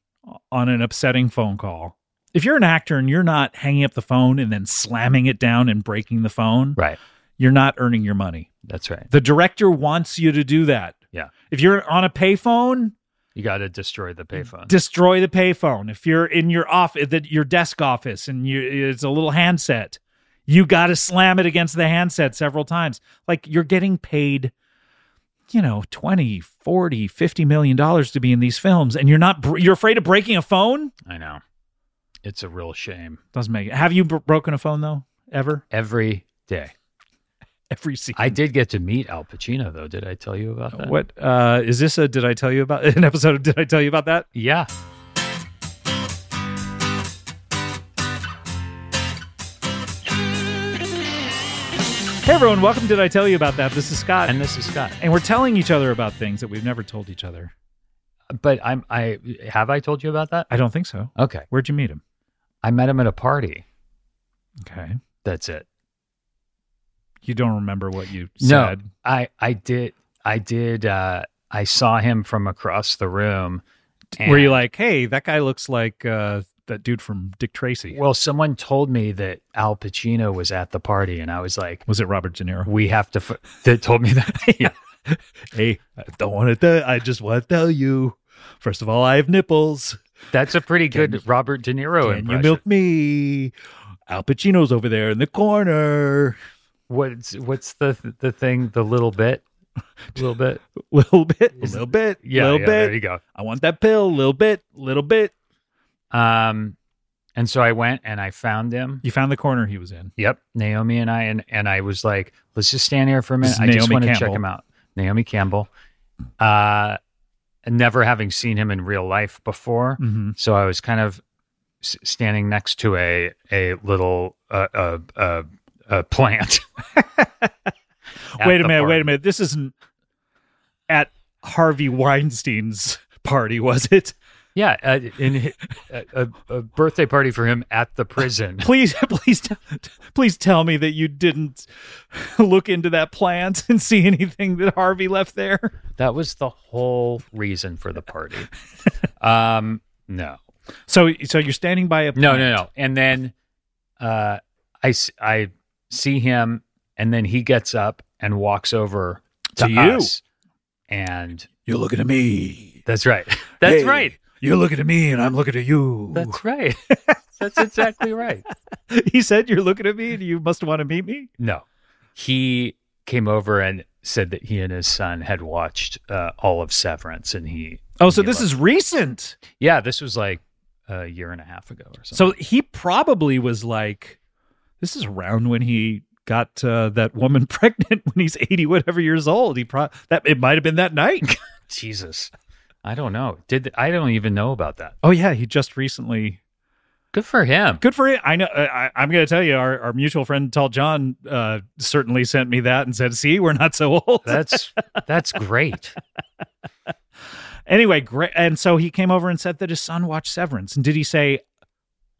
on an upsetting phone call? If you're an actor and you're not hanging up the phone and then slamming it down and breaking the phone,
Right.
you're not earning your money.
That's right.
The director wants you to do that.
Yeah.
If you're on a payphone,
You got to destroy the payphone.
destroy the payphone. If you're in your office, that your desk office, and you, it's a little handset, you got to slam it against the handset several times. Like you're getting paid, you know, 20, 40, 50 million dollars to be in these films, and you're not, br- you're afraid of breaking a phone?
I know. It's a real shame.
Doesn't make it. Have you br- broken a phone though? Ever?
Every day.
Every scene.
I did get to meet Al Pacino, though. Did I tell you about that?
What uh is this a did I tell you about an episode of did I tell you about that?
Yeah.
Hey everyone, welcome to Did I Tell You About That? This is Scott.
And this is Scott.
and we're telling each other about things that we've never told each other.
But I'm I have I told you about that?
I don't think so.
Okay.
Where'd you meet him?
I met him at a party.
Okay.
That's it.
You don't remember what you
No.
said.
I I did I did uh I saw him from across the room.
Were you
and-
like, hey, that guy looks like uh, that dude from Dick Tracy?
Well, someone told me that Al Pacino was at the party and I was like,
was it Robert De Niro?
we have to f-. they told me that. yeah.
Hey, I don't want to tell I just want to tell you. First of all, I have nipples.
That's a pretty
Can-
good Robert De Niro
Can you
impression.
milk me? Al Pacino's over there in the corner.
what's what's the the thing the little bit? Little bit.
Little bit,
Is-
little bit,
Yeah,
little
yeah,
bit.
there you go.
I want that pill, little bit, little bit.
Um, and so I went and I found him.
You found the corner he was in.
Yep, Naomi and I, and and I was like, let's just stand here for a
This
minute.
is
I just
Naomi
want to check
Campbell.
him out. Naomi Campbell, uh, never having seen him in real life before,
Mm-hmm.
so I was kind of s- standing next to a a little uh, uh, uh, uh, plant. At
wait a
the
minute, wait
party.
a minute. This isn't at Harvey Weinstein's party, was it?
Yeah, uh, in hi- a, a, a birthday party for him at the prison.
Please, please, t- please tell me that you didn't look into that plant and see anything that Harvey left there.
That was the whole reason for the party. um, no.
So, so you're standing by a
No,
plant.
no, no. And then uh, I, s- I see him, and then he gets up and walks over to,
To you.
us. And
You're looking at me.
that's right. That's
Hey,
right.
You're looking at me, and I'm looking at you.
That's right. that's exactly right.
he said, "You're looking at me, and you must want to meet me."
No. He came over and said that he and his son had watched uh, all of Severance, and he.
Oh, so
Yeah,
this
look.
is recent.
Yeah, this was like a year and a half ago or
So
something.
he probably was like, "This is around when he got uh, that woman pregnant when he's eighty, whatever years old." He pro- that it might have been that night.
Jesus. I don't know. Did I don't even know about that.
oh yeah, he just recently.
Good for him.
Good for him. I know. uh, I, I- I'm going to tell you, our, our mutual friend Tall John uh, certainly sent me that and said, "See, we're not so old."
That's that's great.
anyway, great. And so he came over and said that his son watched Severance. And did he say?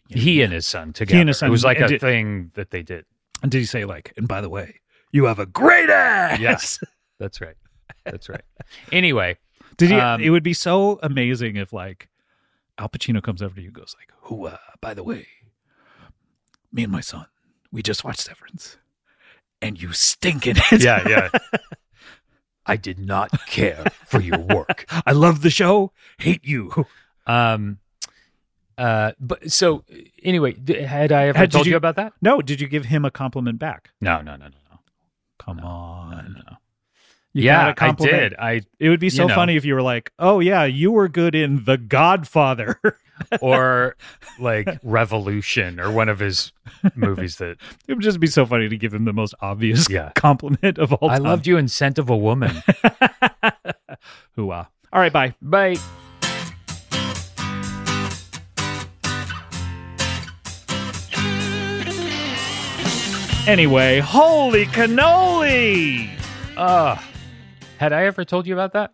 He and his son together.
his son
it was like a
did-
thing that they did.
And did he say like? And by the way, you have a great ass.
Yes. That's right. That's right. Anyway,
Did he?
Um,
it would be so amazing if like Al Pacino comes over to you and goes like, "Who? Uh, by the way, me and my son, we just watched Severance, and you stink in it.
yeah, yeah. I did not care for your work.
I love the show. Hate you.
Um, uh, but so anyway, d- had I ever
Had- did
told you,
you-
about that?
No, did you give him a compliment back?
No, no, no, no, no,
Come
no, no,
on.
no.
You got
yeah,
a
I
compliment.
did. I
It would be so
You know.
funny if you were like, "Oh yeah, you were good in The Godfather."
or like Revolution or one of his movies that
it would just be so funny to give him the most obvious
Yeah.
compliment of all
I
time.
loved you in Scent of a Woman.
Hoo-ah. All right, bye.
Bye.
Anyway, holy cannoli!
Uh, had I ever told you about that?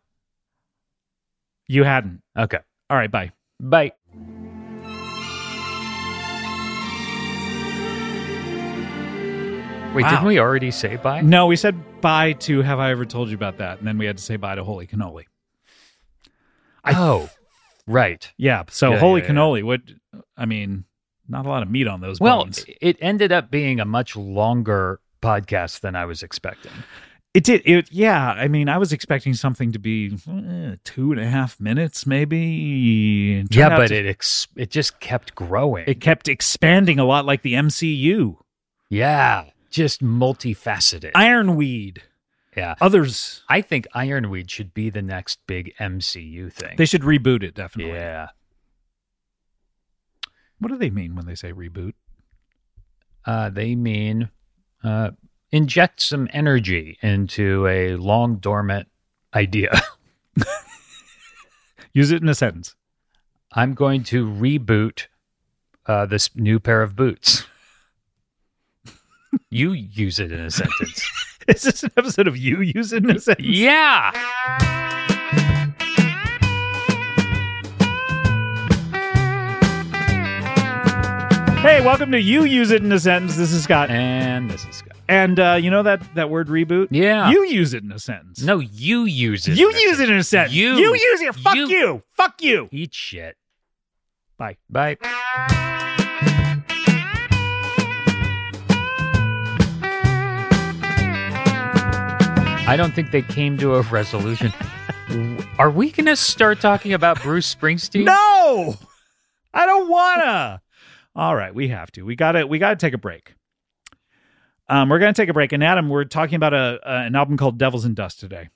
You hadn't.
Okay.
All right, bye.
Bye. Wait,
Wow.
didn't we already say bye?
No, we said bye to Have I Ever Told You About That? And then we had to say bye to Holy Cannoli. I-
oh, right.
Yeah, so
Yeah,
Holy
yeah, yeah.
Cannoli, what, I mean, not a lot of meat on those
Well,
bones.
it ended up being a much longer podcast than I was expecting.
It did, it, yeah, I mean, I was expecting something to be eh, two and a half minutes, maybe. It turned
yeah,
out
but
to-
it ex- it just kept growing.
it kept expanding a lot like the MCU.
yeah, just multifaceted.
Ironweed,
yeah.
others,
I think Ironweed should be the next big MCU thing.
they should reboot it, definitely.
yeah.
What do they mean when they say reboot?
Uh, they mean uh, inject some energy into a long dormant idea.
Use it in a sentence.
I'm going to reboot uh, this new pair of boots. you use it in a sentence.
Is this an episode of you use it in a sentence?
yeah.
Hey, welcome to You Use It in a Sentence. This is
Eh.
Scott.
And this is Scott.
And uh, you know that, that word reboot?
Yeah.
You use it in a sentence.
no, you use it.
You
in a
use it in a sentence.
You.
use it. Fuck
You.
you. Fuck you.
Eat shit.
Bye.
Bye. I don't think they came to a resolution. Are we going to start talking about Bruce Springsteen?
No. I don't wanna. All right, we have to. We gotta we gotta take a break. Um, we're gonna take a break. And Adam, we're talking about a, a an album called Devils and Dust today.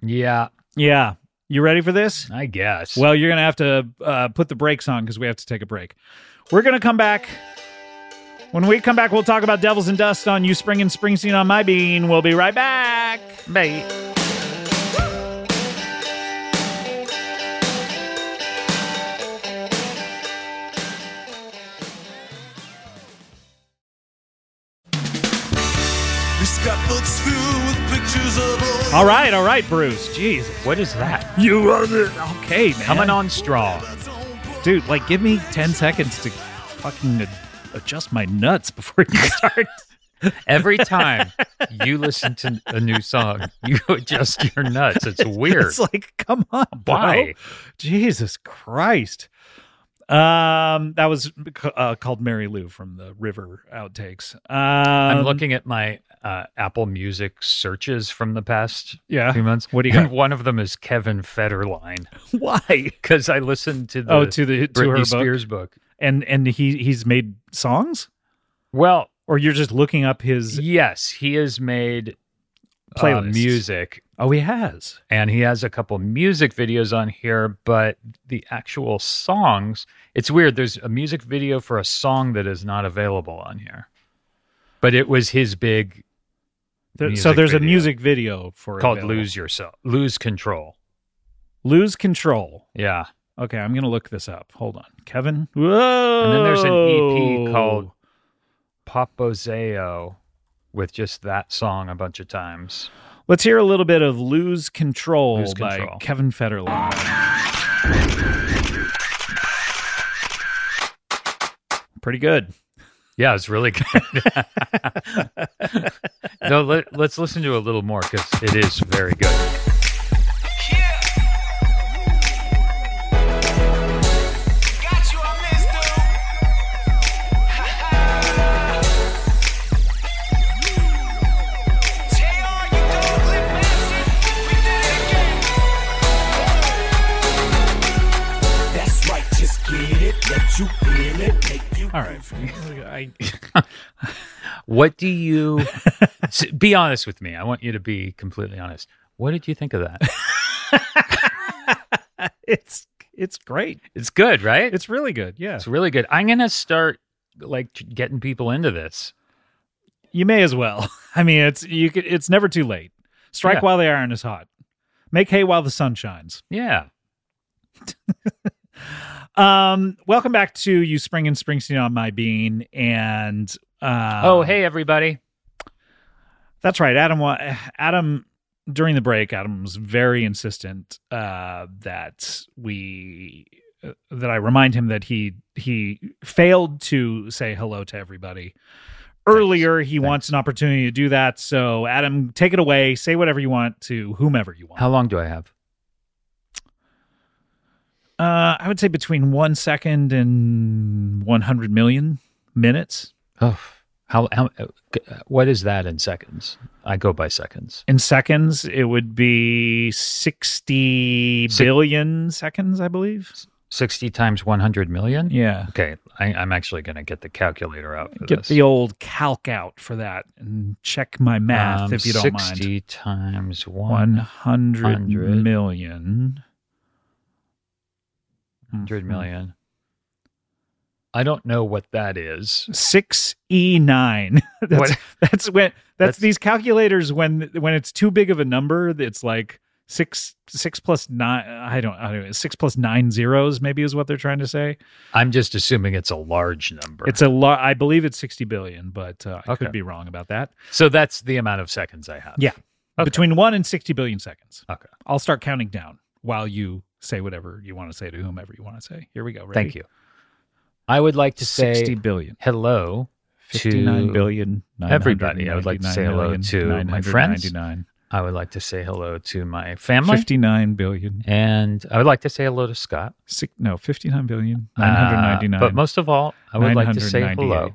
Yeah,
Yeah. You ready for this?
I guess.
Well, you're going to have to uh, put the brakes on because we have to take a break. We're going to come back. When we come back, we'll talk about Devils and Dust on You Spring and Springsteen on My Bean. We'll be right back.
Bye.
We scrapbooks filled with pictures of old.
All right, all right, Bruce. Jesus.
What is that?
You are the. Okay, man.
Coming on strong.
Dude, like, give me 10 seconds to fucking ad- adjust my nuts before you start.
Every time you listen to a new song, you adjust your nuts. It's weird.
It's like, come on, bro.
Why?
Jesus Christ. Um, that was uh, called Mary Lou from the River Outtakes. Um,
I'm looking at my uh, Apple Music searches from the past
Yeah.
few months.
What do you
and
got?
One of them is Kevin Federline
Why?
because I listened to the
oh, to the to
Britney
her book,
Spears book.
and and he he's made songs,
Well,
or you're just looking up his.
yes, he has made uh,
Playlists.
music,
Oh, he has.
and he has a couple music videos on here, but the actual songs. It's weird. There's a music video for a song that is not available on here, but it was his big
There, so
Music
there's a
video.
music video for
called
available.
"Lose Yourself," "Lose Control."
lose control.
Yeah.
Okay, I'm gonna look this up. Hold on, Kevin. Whoa.
And then there's an EP
Oh.
called Popozeo with just that song a bunch of times.
Let's hear a little bit of "Lose Control"
Lose
by
Control.
Kevin Federline. Pretty good.
Yeah, it's really good. no, let, let's listen to a little more because it is very good.
Got you, I missed you. JR, you dog lip bastard. We did it again.
That's right, just get it, let you feel it, make you
All right. I,
What do you S- be honest with me? I want you to be completely honest. What did you think of that?
it's it's great.
It's good, right?
It's really good. Yeah.
It's really good. I'm gonna start like t- getting people into this.
You may as well. I mean, it's you could, it's never too late. Strike
Yeah.
while the iron is hot. Make hay while the sun shines.
Yeah,
Um, welcome back to you, Spring and Springsteen on my bean, and uh,
oh, hey, everybody.
that's right, Adam. wa- Adam during the break, Adam was very insistent uh, that we uh, that I remind him that he he failed to say hello to everybody earlier. He wants an opportunity to do that, so Adam, take it away. Say whatever you want to whomever you want.
How long do I have?
Uh, I would say between one second and one hundred million minutes
Oh, how, how? uh, What is that in seconds? I go by seconds.
in seconds. It would be sixty billion
Si-
seconds, I believe.
Sixty times one hundred million.
Yeah.
Okay, I, I'm actually gonna get the calculator out. For
get
this.
the old calc out for that and check my math
Um,
if you don't mind.
Sixty times one
100
100.
million.
hundred million. I don't know what that is.
6e9 E that's
What-
that's when that's,
That's-
these calculators when when it's too big of a number it's like 6 6 plus 9 I don't I don't know 6 plus 9 zeros maybe is what they're trying to say
I'm just assuming it's a large number.
it's a lot I believe it's 60 billion but uh, I
Okay.
could be wrong about that
so that's the amount of seconds I have.
Yeah.
Okay.
Between one and 60 billion seconds.
Okay.
I'll start counting down while you say whatever you want to say to whomever you want to say. Here we go. Ready?
Thank you. I would like to say
60 billion.
hello. to-
59 billion.
everybody. I would like to say hello to my friends.
999.
I would like to say hello to my family.
59 billion.
And I would like to say hello to Scott.
Six, no, 59 billion.
Uh,
999.
but most of all, I would like to say hello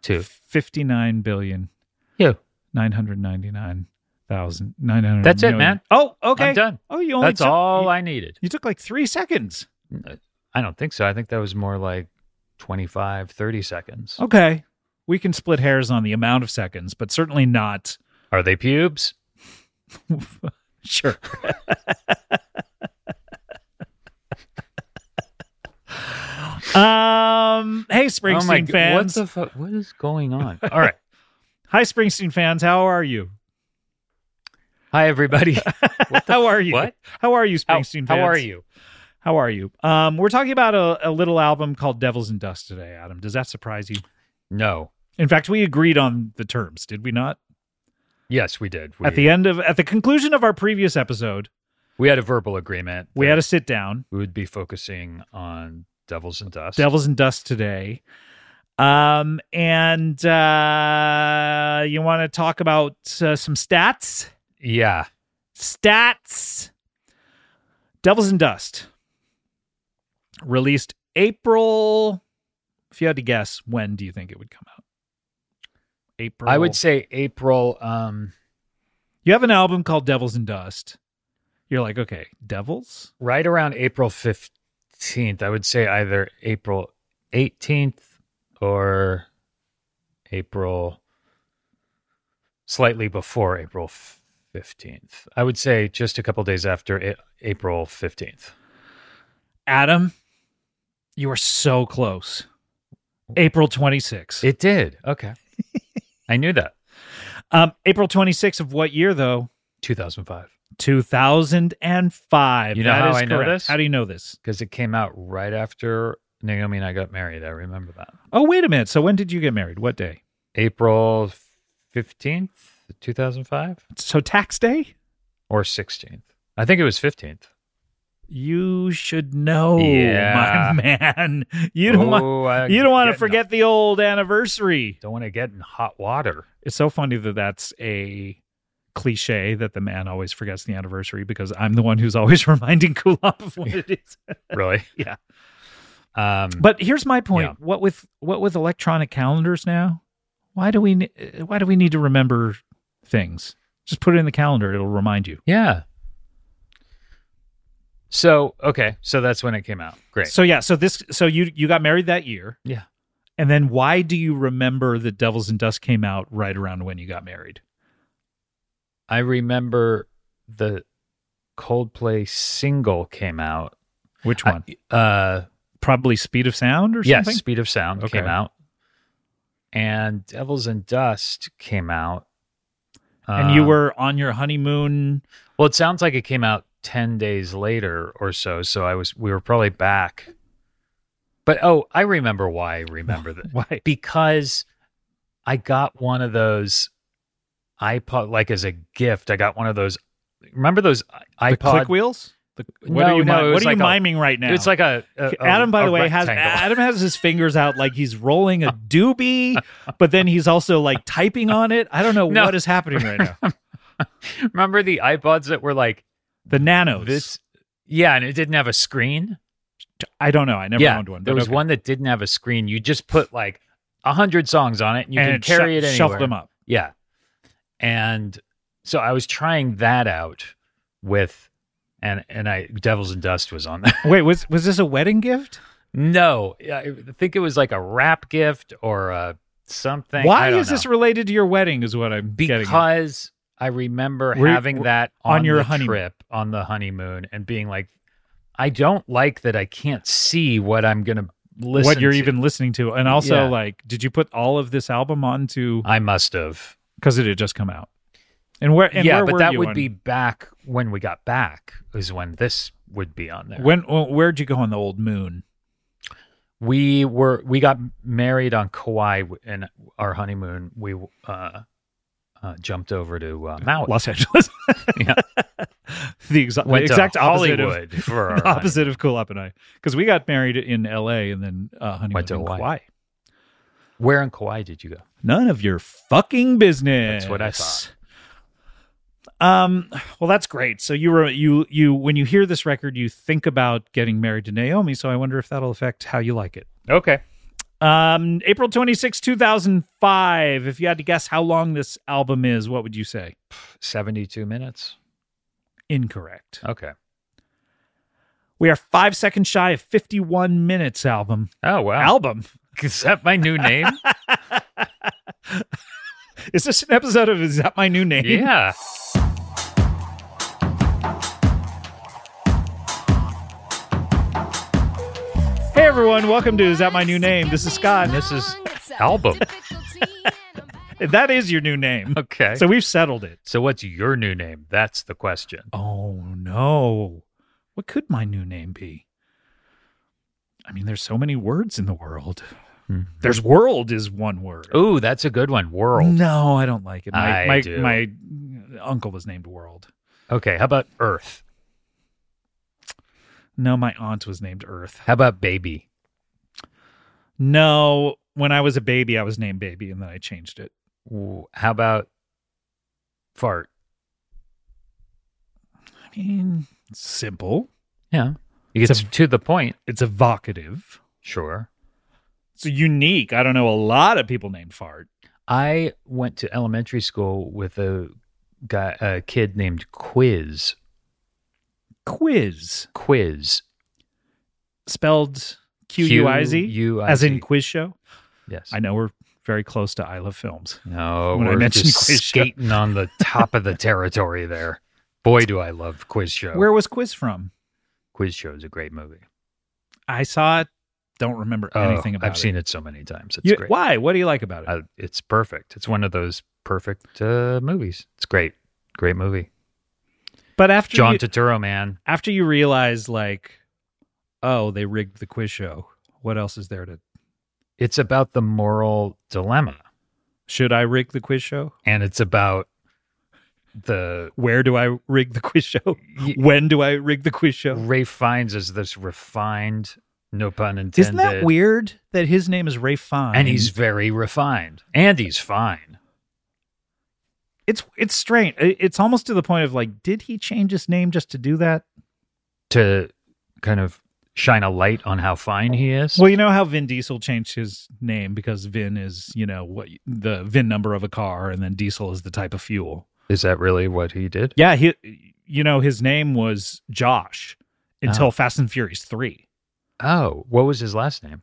998.
to
59 billion.
you.
999,000. 900
That's it,
million.
man.
Oh, okay.
I'm done.
Oh, you only
That's
took,
all
you,
I needed.
You took like three seconds.
I don't think so. I think that was more like 25, 30 seconds.
Okay. We can split hairs on the amount of seconds, but certainly not.
Are they pubes?
sure. um. Hey,
oh my,
Springsteen
g-
fans.
What the fuck? What is going on? All right.
Hi, Springsteen fans. How are you?
Hi, everybody. What the
how are you?
what?
How are you,
How,
Springsteen fans?
how are you?
How are you? Um, we're talking about a, a little album called Devils and Dust today, Adam. Does that surprise you?
No.
In fact, we agreed on the terms, did we not?
Yes, we did. We,
At the end of, at the conclusion of our previous episode,
we had a verbal agreement.
we
that
had a sit down.
we would be focusing on Devils and Dust.
Devils and Dust today. Um, and uh, you want to talk about uh, some stats?
yeah.
Stats. Devils and Dust released April. If you had to guess, when do you think it would come out? April.
I would say April. Um,
you have an album called Devils and Dust. You're like, okay, Devils.
right around April 15th. I would say either April 18th or April slightly before April 15th. I would say just a couple days after A- April 15th.
Adam, you are so close. April 26th.
It did. Okay. I knew that.
Um, April 26th of what year though?
2005
2005.
You know
That
how
is
I know
correct.
this?
How do you know this?
because it came out right after Naomi and I got married. I remember that.
Oh, wait a minute. So when did you get married? What day?
April 15th, 2005
So tax day?
or 16th. I think it was 15th.
You should know,
Yeah.
my man. You don't want
Oh, I
you don't want to
get in-
forget the old anniversary.
Don't want to get in hot water.
It's so funny that that's a cliche that the man always forgets the anniversary because I'm the one who's always reminding Kulop of what it is.
Really?
Yeah.
Um,
But here's my point:
Yeah.
what with what with electronic calendars now, why do we ne- why do we need to remember things? Just put it in the calendar; it'll remind you.
yeah. So okay, so that's when it came out. Great.
So yeah, so this so you you got married that year.
Yeah.
And then why do you remember that Devils and Dust came out right around when you got married?
I remember the Coldplay single came out.
Which one?
Uh,
Probably Speed of Sound or
yes,
something?
Speed of Sound
Okay.
came out, and Devils and Dust came out.
And you
Um,
were on your honeymoon.
well. It sounds like it came out ten days later or so. So I was. We were probably back. But oh, I remember why. I remember that
Why?
because I got one of those iPod like as a gift. I got one of those. Remember those i-
The click
iPod?
wheels? The, what
No,
are you,
no,
mi-
it
what
was
are you
like a-
miming right now?
It's like a, a- a-
Adam, by
a
the way, has
rectangle.
Adam has his fingers out like he's rolling a doobie, but then he's also like typing on it. I don't know
No.
what is happening right now.
Remember the iPods that were like
The nanos.
this? Yeah, and it didn't have a screen.
I don't know. I never
yeah,
owned one.
There
but
was
okay.
one that didn't have a screen. You just put like a hundred songs on it, and you
and
can carry
shu-
it anywhere.
Shuffled them up.
Yeah, and so I was trying that out with, and and I Devils and Dust was on that.
Wait, was was this a wedding gift?
no, I think it was like a wrap gift or a something. I
Why
don't
is this
know.
related to your wedding? Is what I'm getting. at.
because I remember
Were-
having
were-
that
on
on,
your
the
honeymoon.
trip on the honeymoon and being like, I don't like that I can't see what I'm gonna listen.
what you're
to.
even listening to, and also
Yeah.
like, did you put all of this album onto
I must have.
because it had just come out? And where? And
yeah,
where
but
were
that
you
would
on-
be back when we got back. Is when this would be on there.
when. well, Where'd you go on the old moon?
we were we got married on Kauai in our honeymoon, we uh, uh, jumped over to uh, Maui.
Los Angeles.
Yeah.
the, exa- the
Went to
exact opposite of
Hollywood for our
the opposite of Cool Up and I, because we got married in L.A. and then uh, honeymoon
Went to
in
Hawaii.
Kauai.
honeymoon. Where in Kauai did you go?
None of your fucking business.
That's what I thought.
Um, well, that's great. So you were you you when you hear this record, you think about getting married to Naomi. So I wonder if that'll affect how you like it.
Okay.
Um, April twenty sixth, two 2005. If you had to guess how long this album is, what would you say?
72 minutes.
Incorrect.
Okay.
We are five seconds shy of 51 minutes album.
Oh, wow.
Album.
Is that my new name?
Is this an episode of Is That My New Name?
yeah.
Hey everyone, welcome to Is That My New Name? This is Scott.
This is album.
That is your new name.
Okay.
So
So,
we've settled it.
so what's your new name? That's the question.
Oh no. What could my new name be? I mean, there's so many words in the world.
Mhm.
There's world is one word.
Ooh, that's a good one. Oh, World.
No, I don't like it. My
I
my,
do.
my uh, uncle was named World.
Okay. How about Earth?
No, my aunt was named Earth.
How about Baby?
No, when I was a baby, I was named Baby, and then I changed it.
Ooh, How about Fart?
I mean, simple.
Yeah. It
It's
gets to the point.
It's evocative.
Sure.
It's unique. I don't know a lot of people named Fart.
I went to elementary school with a guy, a kid named Quiz.
Quiz,
Quiz.
spelled Q U I Z,
Q-U-I-Z.
as in quiz show.
Yes.
I know we're very close to I Love Films.
No,
when I
we're
mentioned
just
quiz show.
skating on the top of the territory there. Boy, do I love quiz show.
Where was Quiz from?
quiz show is a great movie.
I saw it. Don't remember
Oh,
anything about
I've
it.
seen it so many times. It's
You-
great.
why? What do you like about it?
I, it's perfect. It's one of those perfect uh, movies. It's great. Great movie.
but after
John
you,
Turturro, man.
after you realize, like, oh, they rigged the quiz show. What else is there to?
It's about the moral dilemma,
Should I rig the quiz show?
and it's about the
Where do I rig the quiz show?
Y-
When do I rig the quiz show?
Ray Fiennes is this refined, no pun intended.
Isn't that weird that his name is Ray Fine?
And he's very refined, and he's fine.
it's it's strange. It- It's almost to the point of like, did he change his name just to do that?
to kind of shine a light on how fine he is.
Well, you know how Vin Diesel changed his name because Vin is you know what the VIN number of a car, and then diesel is the type of fuel.
Is that really what he did?
Yeah, he, you know, his name was Josh until Fast and Furious three.
Oh, what was his last name?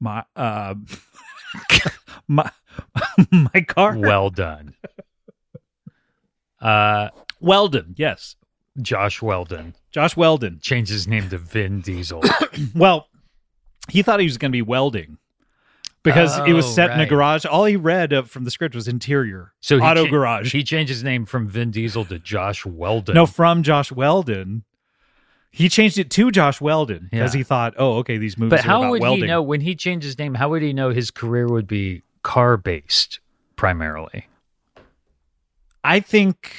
My, uh, my, my car.
Well done. Uh,
Weldon, yes,
Josh Weldon
Josh Weldon.
changed his name to Vin Diesel.
Well, he thought he was going to be welding because it was
Oh,
set in a
right.
garage. All he read uh, from the script was interior,
So he
auto
cha-
garage.
He changed his name from Vin Diesel to Josh Weldon.
no, from Josh Weldon. He changed it to Josh Weldon because
Yeah.
he thought, oh, okay, these movies
but
are
how
about
would
welding.
he know when he changed his name? How would he know his career would be car based primarily?
I think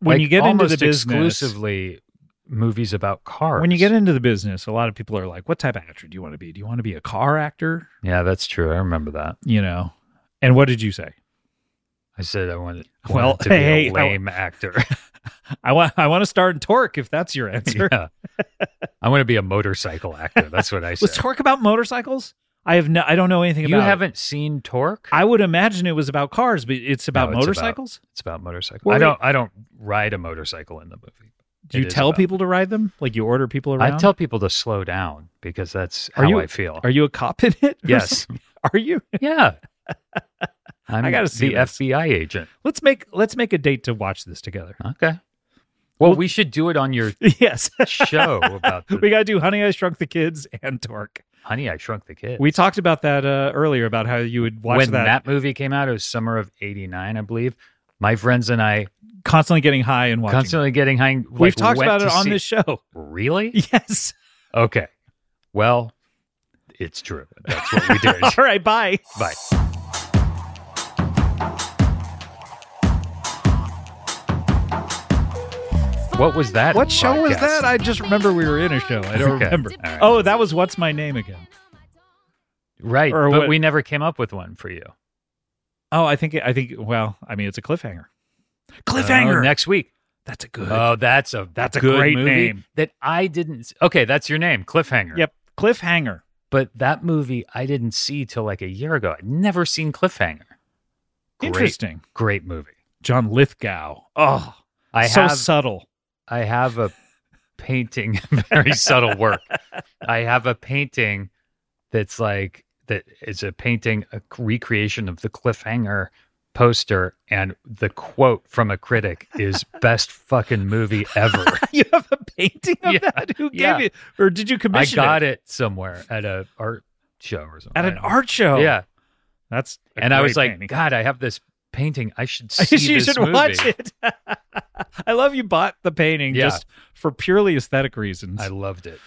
when
Like,
you get into
almost
the business,
exclusively movies about cars.
when you get into the business, a lot of people are like, "What type of actor do you want to be? Do you want to be a car actor?
yeah, that's true. I remember that.
You know?" And what did you say?
I said I wanted, wanted
Well,
to be
hey, oh. I-
a lame actor.
I want I want to star in Torque if that's your answer.
yeah. I want to be a motorcycle actor. That's what I said.
Was Torque about motorcycles? I have no I don't know anything
you
about. it.
haven't seen Torque?
I would imagine it was about cars, but it's about
No, it's about-
motorcycles.
it's about motorcycle.
Well,
I don't. I don't ride a motorcycle in the movie.
do you
It is
tell
about-
people to ride them? Like you order people around?
I tell people to slow down because that's
Are
how
you-
I feel.
Are you a cop in it? or
yes.
something? Are you?
yeah. I'm
gotta
the
see this.
FBI agent.
Let's make let's make a date to watch this together.
Okay. Well, we should do it on your
Yes.
show about the,
we got to do Honey I Shrunk the Kids and Torque.
Honey, I Shrunk the Kid.
We talked about that uh, earlier about how you would watch
when
that,
movie came out, it was summer of '89, I believe. My friends and I
constantly getting high and watching.
constantly getting high. Like,
We've talked about it on
this.
this show.
Really?
Yes.
Okay. Well, it's true. That's what we did.
All right. Bye.
Bye. What was that?
What show was
podcast?
that? I just remember we were in a show. I don't
Okay.
remember.
All right.
Oh, that was What's My Name Again.
right,
or
but
what-
we never came up with one for you.
Oh, I think, I think, well, I mean, it's a cliffhanger. Uh,
Oh,
Cliffhanger.
next week.
That's a good.
Oh, that's a
That's a
good
great
movie
name.
that I didn't. s- Okay, that's your name, Cliffhanger.
yep. Cliffhanger.
But that movie I didn't see till like a year ago. I'd never seen Cliffhanger. Great,
Interesting.
Great movie.
John Lithgow. Oh,
I
so
have
subtle.
I have a painting, very subtle work. I have a painting that's like that is a painting, a recreation of the cliffhanger poster, and the quote from a critic is "best fucking movie ever."
You have a painting of
Yeah,
that? Who gave
yeah.
it? Or did you
I
commission
got
it?
it somewhere at a art show or something.
At an art show.
yeah,
That's a
and I was
great
like,
painting.
God, I have this painting. I should see
you
this
should
movie.
watch it. I love you bought the painting
Yeah.
just for purely aesthetic reasons.
I loved it,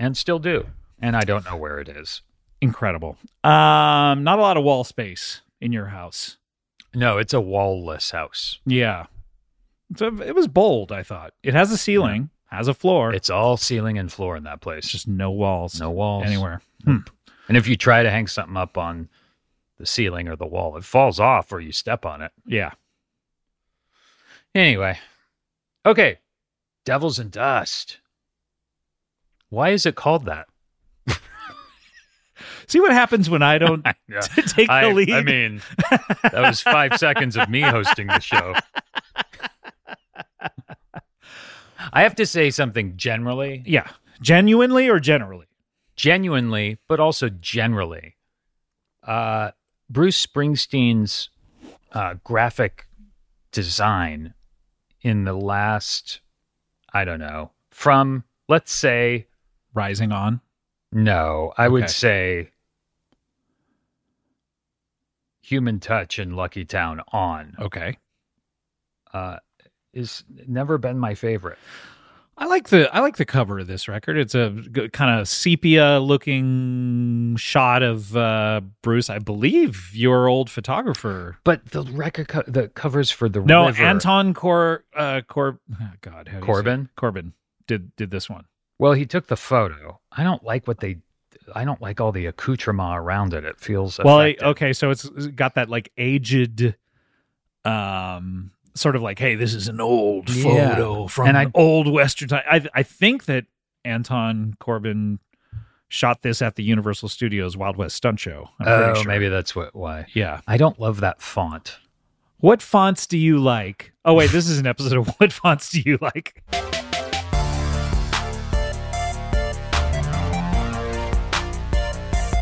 and still do. And I don't know where it is.
Incredible. Um, not a lot of wall space in your house.
No, it's a wall-less house.
Yeah. So it was bold, I thought. It has a ceiling, has a floor.
It's all ceiling and floor in that place.
just no walls.
no walls
anywhere.
And if you try to hang something up on the ceiling or the wall, it falls off or you step on it.
Yeah.
Anyway, okay, Devils and Dust. Why is it called that?
See what happens when I don't
Yeah.
take the
I,
lead.
I mean, that was five seconds of me hosting the show. I have to say something generally,
yeah. Genuinely or generally?
genuinely, but also generally. Uh, Bruce Springsteen's uh, graphic design in the last, I don't know, from let's say,
Rising on.
no, I
Okay.
would say Human Touch and Lucky Town on
Okay.
uh, is never been my favorite.
I like the I like the cover of this record. It's a kind of sepia looking shot of uh, Bruce. I believe your old photographer.
But the record, co- the covers for the
No,
River-
Anton Cor uh, Cor. oh, God, how do you say it?
Corbin?
Corbin did did this one.
Well, he took the photo. I don't like what they. I don't like all the accoutrement around it. It feels
Well, I,
affected.
okay, so it's it's got that like aged, um, sort of like, hey, this is an old
Yeah.
photo from
And I-
an old Western time. I I think that Anton Corbin shot this at the Universal Studios Wild West Stunt Show. I'm
Oh,
pretty sure.
maybe that's what why.
Yeah.
I don't love that font.
What fonts do you like? Oh wait, this is an episode of What Fonts Do You Like?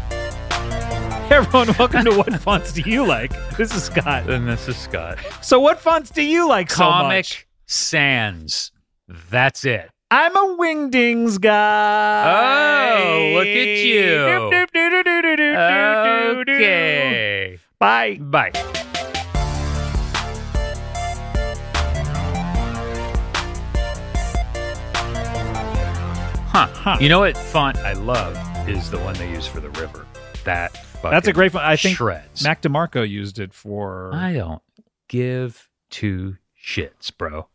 Hey, everyone, welcome to What Fonts Do You Like? This is Scott.
And this is Scott.
So what fonts do you like
Comic
so much?
Sans. That's it.
I'm a Wingdings guy.
Oh, look at you.
Doop, doop, doo, doo, doo, doo, doo, doo, doo.
Okay.
Bye.
Bye. Huh. You know what font I love is the one they use for the river. That fucking
That's a great font. I think
shreds.
Mac DeMarco used it for.
I don't give two shits, bro.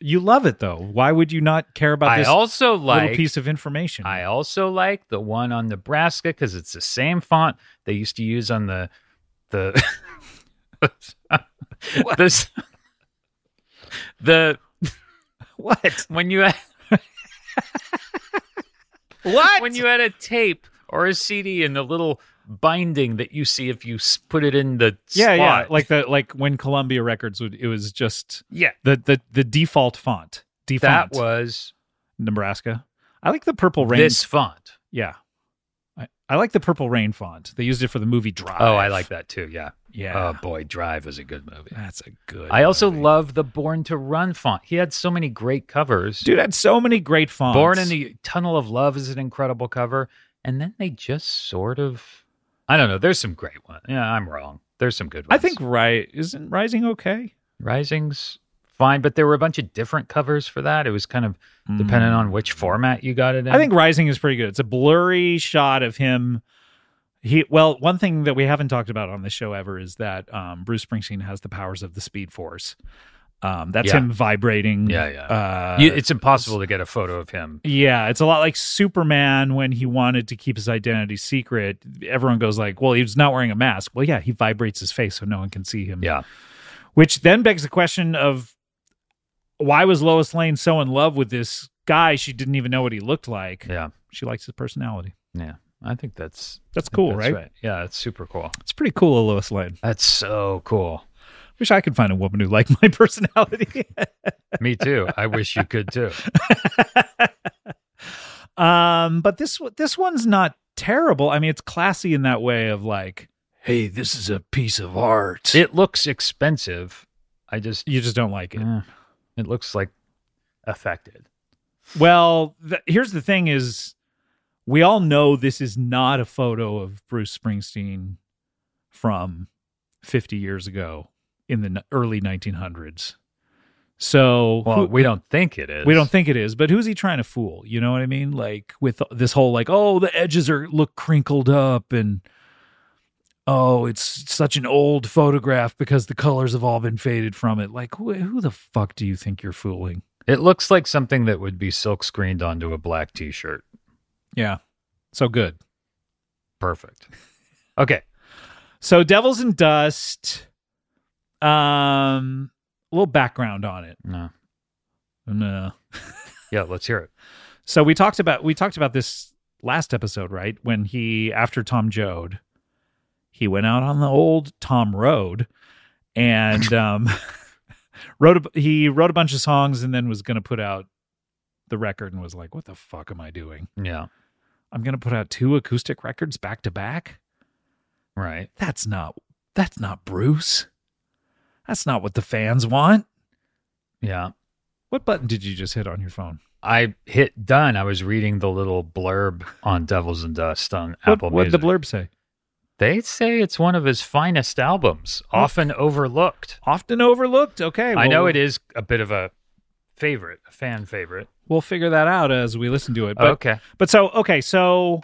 you love it though. Why would you not care about
I
this
also
little
like
piece of information?
I also like the one on Nebraska because it's the same font they used to use on the the this the
what?
when you had
What?
when you had a tape or a CD and the little binding that you see if you s- put it in the
yeah, yeah,
slot.
like the like when Columbia Records would. It was just
yeah
the the the default E font.
that
Default
was
Nebraska. I like the Purple Rain.
this font.
Yeah. I, I like the Purple Rain font. They used it for the movie Drive.
Oh, I like that too. Yeah.
Yeah.
Oh boy, Drive is a good movie.
That's a good.
I also
movie.
love the Born to Run font. He had so many great covers.
Dude had so many great fonts.
Born in the Tunnel of Love is an incredible cover. And then they just sort of I don't know, there's some great ones. Yeah, I'm wrong. There's some good
I
ones.
think right isn't Rising okay?
Rising's fine, but there were a bunch of different covers for that. It was kind of dependent on which format you got it in.
Hmm. I think Rising is pretty good. It's a blurry shot of him. He well, one thing that we haven't talked about on this show ever is that um, Bruce Springsteen has the powers of the Speed Force. Um, that's
Yeah.
him vibrating.
Yeah, yeah.
Uh,
You- it's impossible to get a photo of him.
Yeah, it's a lot like Superman when he wanted to keep his identity secret. Everyone goes like, "Well, he's not wearing a mask." Well, yeah, he vibrates his face so no one can see him.
Yeah.
Which then begs the question of why was Lois Lane so in love with this guy she didn't even know what he looked like?
Yeah.
She likes his personality.
Yeah. I think that's
That's cool,
that's
right?
Yeah, it's super cool.
It's pretty cool of Lois Lane.
That's so cool.
Wish I could find a woman who liked my personality.
Me too. I wish you could too.
um, but this one- this one's not terrible. I mean, it's classy in that way of like, hey, this is a piece of art.
It looks expensive. I just
you just don't like it.
Eh, it looks like affected.
Well, th- here's the thing: is we all know this is not a photo of Bruce Springsteen from 50 years ago in the n- early 1900s. So
Well,
who-
we don't think it is.
we don't think it is, but who's he trying to fool? You know what I mean? Like with this whole like, oh, the edges are look crinkled up and oh, it's such an old photograph because the colors have all been faded from it. Like who, who the fuck do you think you're fooling?
It looks like something that would be silk screened onto a black t-shirt.
Yeah. So good.
Perfect. Okay.
So Devils and Dust. Um a little background on it.
No.
No.
Yeah, let's hear it.
So we talked about we talked about this last episode, right? When he after Tom Joad, he went out on the old Tom Road and um wrote a, he wrote a bunch of songs and then was going to put out the record and was like, "What the fuck am I doing?
Yeah.
I'm going to put out two acoustic records back to back?
Right.
That's not that's not Bruce. That's not what the fans want."
Yeah.
What button did you just hit on your phone?
I hit done. I was reading the little blurb on Devils and Dust on Apple
what did
Music.
the blurb say?
they say it's one of his finest albums, often overlooked.
Often overlooked. Okay,
I know
well-
it is a bit of a favorite, a fan favorite.
we'll figure that out as we listen to it. But
okay.
but so okay, so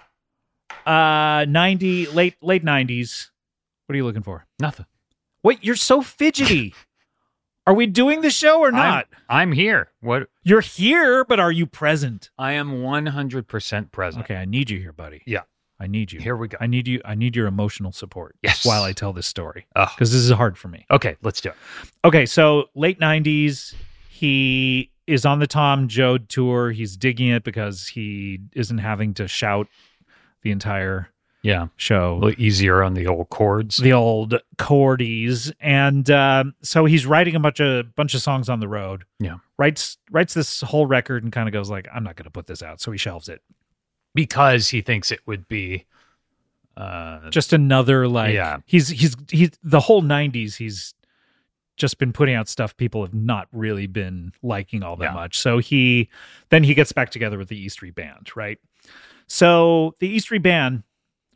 uh 90 late late 90s. What are you looking for?
Nothing.
Wait, you're so fidgety. are we doing the show or not?
I'm here. What?
You're here, but are you present?
I am 100% present.
Okay, I need you here, buddy.
Yeah.
I need you.
Here we go.
I need you I need your emotional support
Yes. Oh.
while I tell this story
Ugh.
cuz this is hard for me.
Okay, let's do it.
Okay, so late 90s, he is on the Tom Joad tour. He's digging it because he isn't having to shout the entire
Yeah.
show.
A little easier on the old chords.
the old chordies and um, so he's writing a bunch of bunch of songs on the road
Yeah.
writes writes this whole record and kind of goes like i'm not going to put this out so he shelves it
because he thinks it would be uh
just another like
Yeah.
he's he's he's the whole 90s he's just been putting out stuff people have not really been liking all that
Yeah.
much so he then he gets back together with the east street band right so the east street band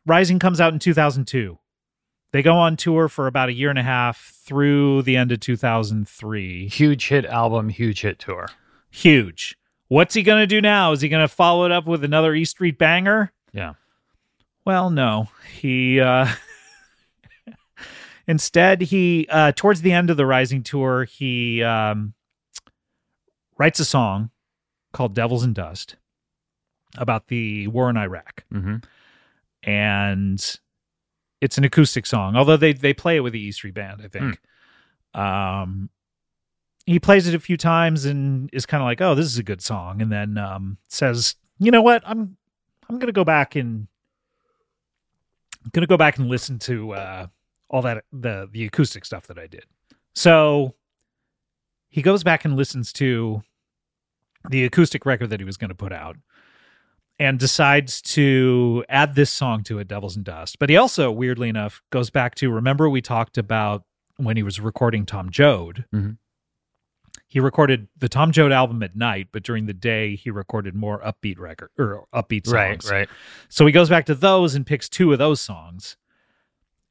rising comes out in 2002 they go on tour for about a year and a half through the end of 2003
huge hit album, huge hit tour.
huge what's he going to do now is he going to follow it up with another east street banger
Yeah.
Well, no. He uh instead he uh towards the end of the Rising tour, he um writes a song called Devils and Dust about the war in Iraq.
Mm-hmm.
And it's an acoustic song, although they they play it with the E Street band, I think. Um he plays it a few times and is kind of like, "Oh, this is a good song," and then um, says, "You know what? I'm I'm gonna go back and I'm gonna go back and listen to uh, all that the the acoustic stuff that I did." So he goes back and listens to the acoustic record that he was going to put out and decides to add this song to it devils and dust but he also weirdly enough goes back to remember we talked about when he was recording tom joad
Mhm.
he recorded the tom joad album at night but during the day he recorded more upbeat record or upbeat songs
Right, right.
so he goes back to those and picks two of those songs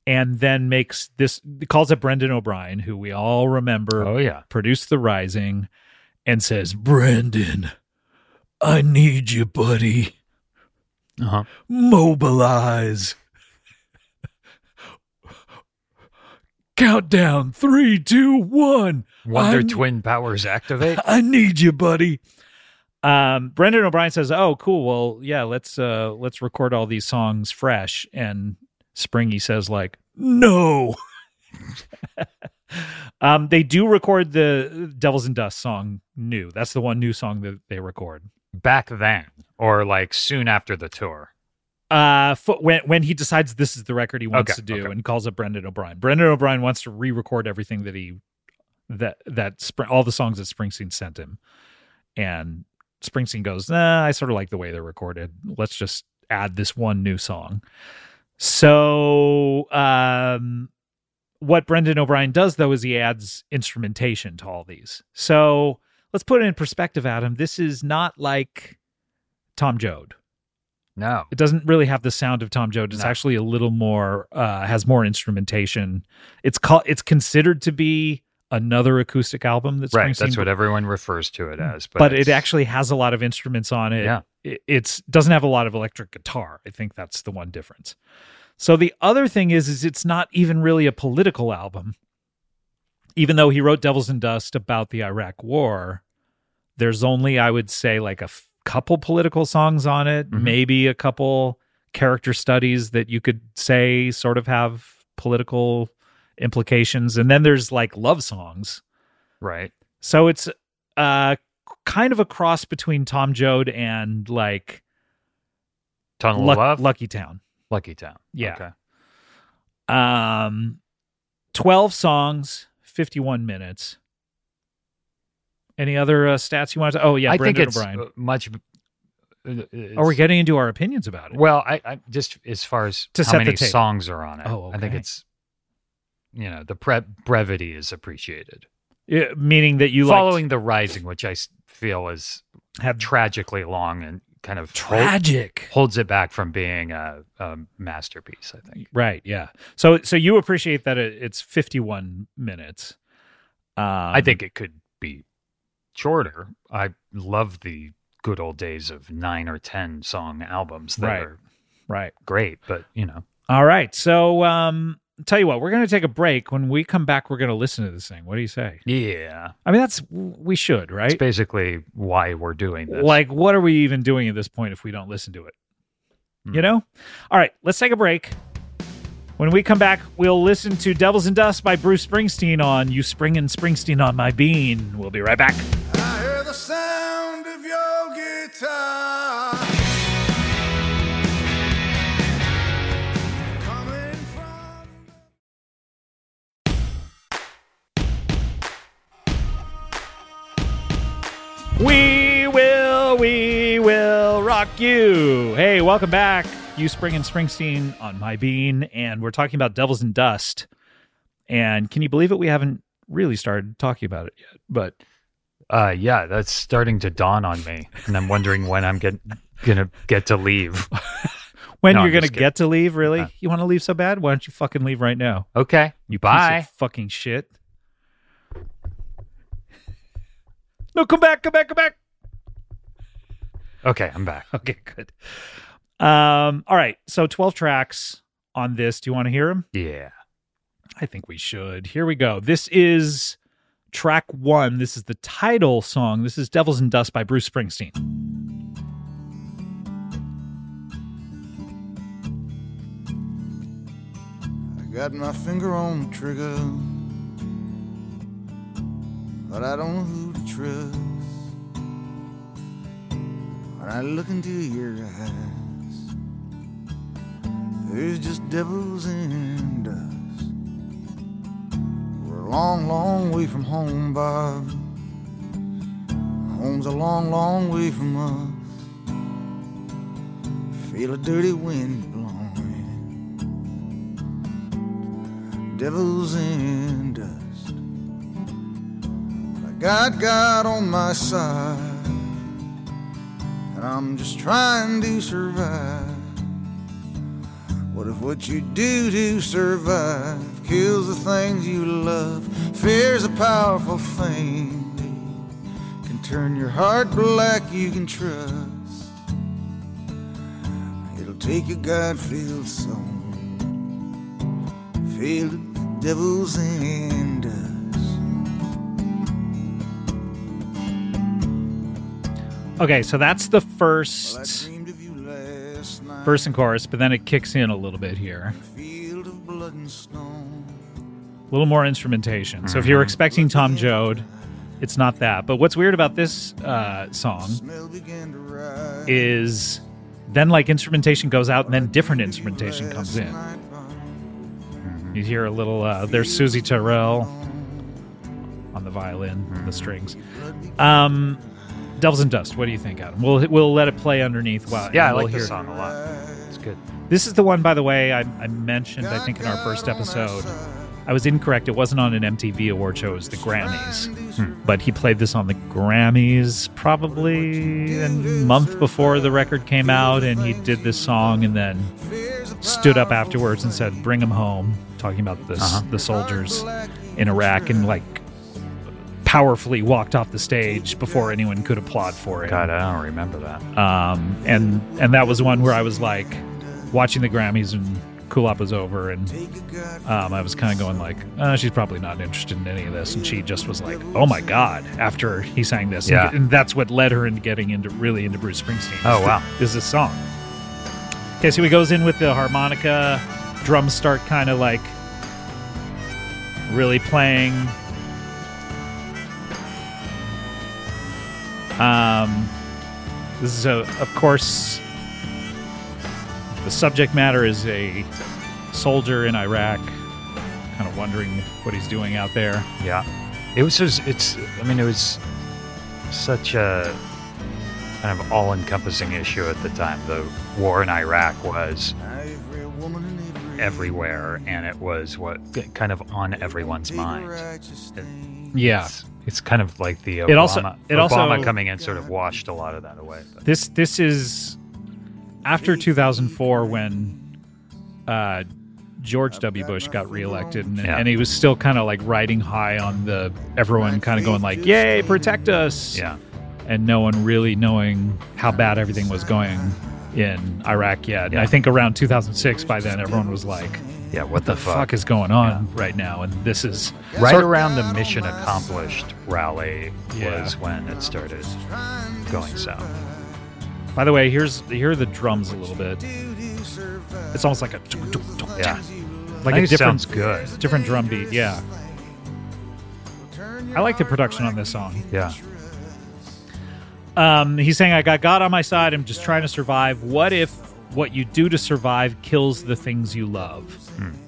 and then makes this calls up Brendan O'Brien, who we all remember
Oh yeah.
produced The Rising, and says, Brendan, I need you, buddy.
Uh-huh.
Mobilize. Countdown three, two, one.
Wonder
I'm-
Twin powers activate.
I need you, buddy. Um, Brendan O'Brien says, "Oh, cool. Well, yeah, let's uh, let's record all these songs fresh." And Springy says, "Like, no." um, they do record the Devils and Dust song new. That's the one new song that they record.
Back then, or like soon after the tour.
Uh, fo- when when he decides this is the record he wants
Okay,
to do,
okay.
and calls up Brendan O'Brien. Brendan O'Brien wants to re-record everything that he that that Spr- all the songs that Springsteen sent him, and Springsteen goes, "Nah, I sort of like the way they're recorded. Let's just add this one new song." So, um, what Brendan O'Brien does though is he adds instrumentation to all these. So let's put it in perspective, Adam. This is not like Tom Joad
No.
it doesn't really have the sound of Tom Joad. It's
No.
actually a little more uh, has more instrumentation. It's called it's considered to be another acoustic album. That's
Right. That's
Springsteen,
what everyone refers to it as. But,
Mm. But, it
it's-
actually has a lot of instruments on it.
Yeah.
It- It's doesn't have a lot of electric guitar. I think that's the one difference. So the other thing is, is it's not even really a political album. Even though he wrote Devils and Dust about the Iraq War, there's only I would say like a f- couple political songs on it,
Mhm.
maybe a couple character studies that you could say sort of have political implications, and then there's like love songs.
Right.
So it's uh kind of a cross between Tom Joad and like
Tunnel
Luck-
of Love.
Lucky Town.
Lucky Town.
Yeah.
Okay.
Um, 12 songs, 51 minutes. Any other uh, stats you want to? Oh, yeah,
I
Brendan
think it's
O'Brien.
uh, much. uh, it's-
Are we getting into our opinions about it?
Well, I, I just as far as
To
how
set the
many
table.
songs are on it,
Oh,
I think
okay.
it's you know the pre- brevity is appreciated.
Yeah, meaning that you
Following the rising, which I s- feel is
liked, have
tragically long and kind of hol-
tragic.
holds it back from being a, a masterpiece. I think.
Right, yeah. So, so you appreciate that it, it's 51 minutes. Um,
I think it could be shorter. I love the good old days of nine or ten song albums that
Right.
are
Right.
great, but you know,
All right. So, um, tell you what, we're going to take a break. When we come back, we're going to listen to this thing. What do you say?
yeah,
I mean, that's we should,
it's
right?
basically why we're doing this.
Like, what are we even doing at this point if we don't listen to it?
Hmm.
You know? All right, let's take a break. When we come back, we'll listen to Devils and Dust by Bruce Springsteen on You Springin' Springsteen on My Bean. We'll be right back.
I hear the sound of your guitar. Coming from.
We will, we will rock you. Hey, welcome back. You Spring and Springsteen on My Bean, and we're talking about Devils and Dust. And can you believe it? We haven't really started talking about it yet, but
uh, yeah, that's starting to dawn on me, and I'm wondering when I'm get, gonna get to leave.
when
No,
you're
I'm
going to
just kidding.
get to leave, really?
Uh.
you want to leave so bad? Why don't you fucking leave right now?
Okay, you bye.
Piece of fucking shit. No, come back, come back, come back.
Okay, I'm back.
Okay, good. Um, all right. So 12 tracks on this. Do you want to hear them?
Yeah,
I think we should. Here we go. This is track one. This is the title song. This is Devils and Dust by Bruce Springsteen.
I got my finger on the trigger, but I don't know who to trust. When I look into your eyes, there's just devils and dust. We're a long, long way from home, Bob. Home's a long, long way from us. Feel a dirty wind blowing devils in dust. I got God on my side, and I'm just trying to survive. What if what you do to survive kills the things you love? Fear's a powerful thing. that Can turn your heart black, you can trust. It'll take a God-filled soul filled with devils and dust.
Okay, so that's the
Well, I
first
dreamed of you last night.
verse and chorus, but then it kicks in a little bit here.
in a field of blood and stone.
a little more instrumentation. So if you're expecting Tom Joad, it's not that. But what's weird about this uh, song
Smell began to rise.
is then like instrumentation goes out and then different
Dreamed of you
instrumentation
last
comes in.
night, Bob.
You hear a little, uh, there's Susie Terrell on the violin,
Hmm.
the strings. Um, Devils and Dust, what do you think, Adam? We'll, we'll let it play underneath. Wow,
yeah, I
we'll
like
hear
this
it.
song a lot. It's good.
This is the one, by the way, I, I mentioned, I think, in our first episode.
uh,
I was incorrect. It wasn't on an MTV award show, it was the Grammys. But he played this on the Grammys probably a month before the record came out, and he did this song and then stood up afterwards and said, Bring him home, talking about this,
Uh-huh.
the soldiers in Iraq, and like powerfully walked off the stage before anyone could applaud for it
God, I don't remember that.
um, and and that was one where I was like watching the Grammys and Cool Up was over, and um, I was kind of going like, uh, she's probably not interested in any of this, and she just was like, oh my god, after he sang this,
Yeah.
and, and that's what led her into getting into really into Bruce Springsteen.
Oh, wow.
is this song? Okay, so he goes in with the harmonica, drums start kind of like really playing. Um, this is, a, of course, the subject matter is a soldier in Iraq, kind of wondering what he's doing out there.
Yeah, it was just it's. I mean, it was such a kind of all-encompassing issue at the time. The war in Iraq was
Every woman and every
everywhere, and it was what kind of on everyone's mind.
righteous thing.
Uh, Yeah,
It's, it's kind of like the Obama,
It also- it also-
Obama coming in sort of washed a lot of that away. But
this this is after 2004 when uh, George W. Bush got reelected, and,
Yeah.
and he was still kind of like riding high on the everyone kind of going like, "Yay, protect us!"
yeah,
and no one really knowing how bad everything was going in Iraq yet. And I think around 2006, by then, everyone was like,
Yeah, what the
fuck,
fuck?
is going on right now? And this is
Right around the Mission Accomplished rally was when it started going south.
By the way, here's here are the drums a little bit. It's almost like a tuk, tuk, tuk,
Yeah.
like
I
a
think it
different
sounds good.
different drum beat. Yeah, I like the production on this song.
Yeah.
Um, he's saying, "I got God on my side. I'm just trying to survive. What if what you do to survive kills the things you love?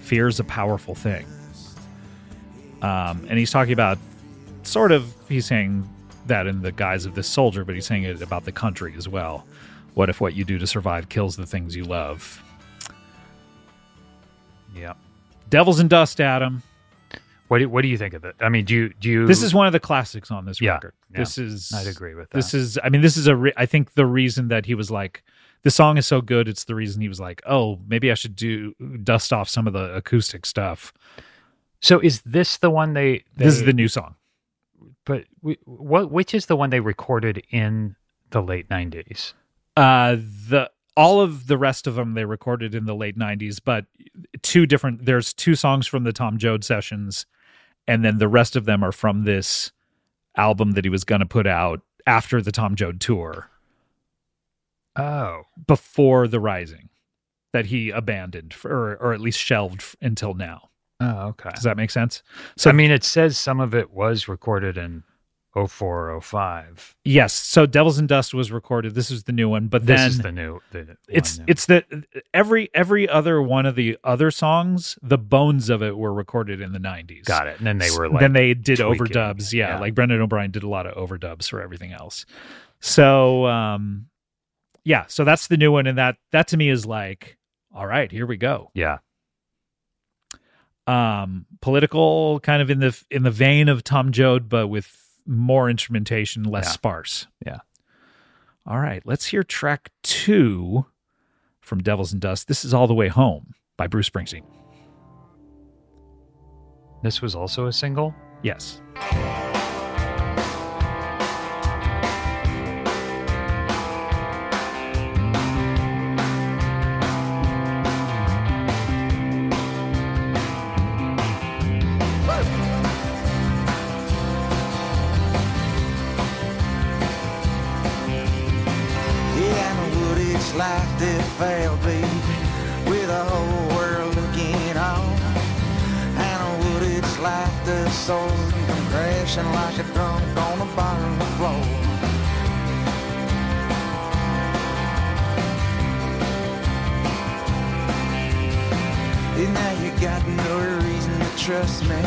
Fear is a powerful thing." Um, and he's talking about sort of he's saying that in the guise of this soldier, but he's saying it about the country as well. What if what you do to survive kills the things you love?
Yeah.
Devils and Dust, Adam.
What do, what do you think of it? I mean, do you do you
This is one of the classics on this
Yeah,
record.
yeah.
This is
I'd agree with that.
This is I mean this is a re- I think the reason that he was like the song is so good it's the reason he was like, "Oh, maybe I should do dust off some of the acoustic stuff."
So is this the one they, they
this is the new song.
but we, what which is the one they recorded in the late 90s?
Uh the all of the rest of them they recorded in the late 90s, but two different there's two songs from the Tom Joad sessions and then the rest of them are from this album that he was going to put out after the Tom Joad tour.
Oh.
before the rising that he abandoned for, or, or at least shelved f- until now.
Oh, okay.
Does that make sense?
So I mean, it says some of it was recorded in 04 05.
Yes. So Devils and Dust was recorded. This is the new one, but
This
then
is the new the
it's
one, yeah.
it's that every every other one of the other songs, the bones of it were recorded in the 90s.
got it. And then they were like
then they did
tweak it.
overdubs. Yeah,
Yeah.
like Brendan O'Brien did a lot of overdubs for everything else. So um yeah, so that's the new one and that that to me is like all right, here we go.
yeah.
um political kind of in the in the vein of Tom Joad but with more instrumentation less
Yeah.
sparse
Yeah.
all right let's hear track 2 from Devils and Dust this is all the way home by Bruce Springsteen
This was also a single.
yes
Yeah, I know what it's like to fail, baby, with the whole world looking on. I know what it's like the soul come crashing like a drunk on a bottom floor. And now you got no reason to trust me.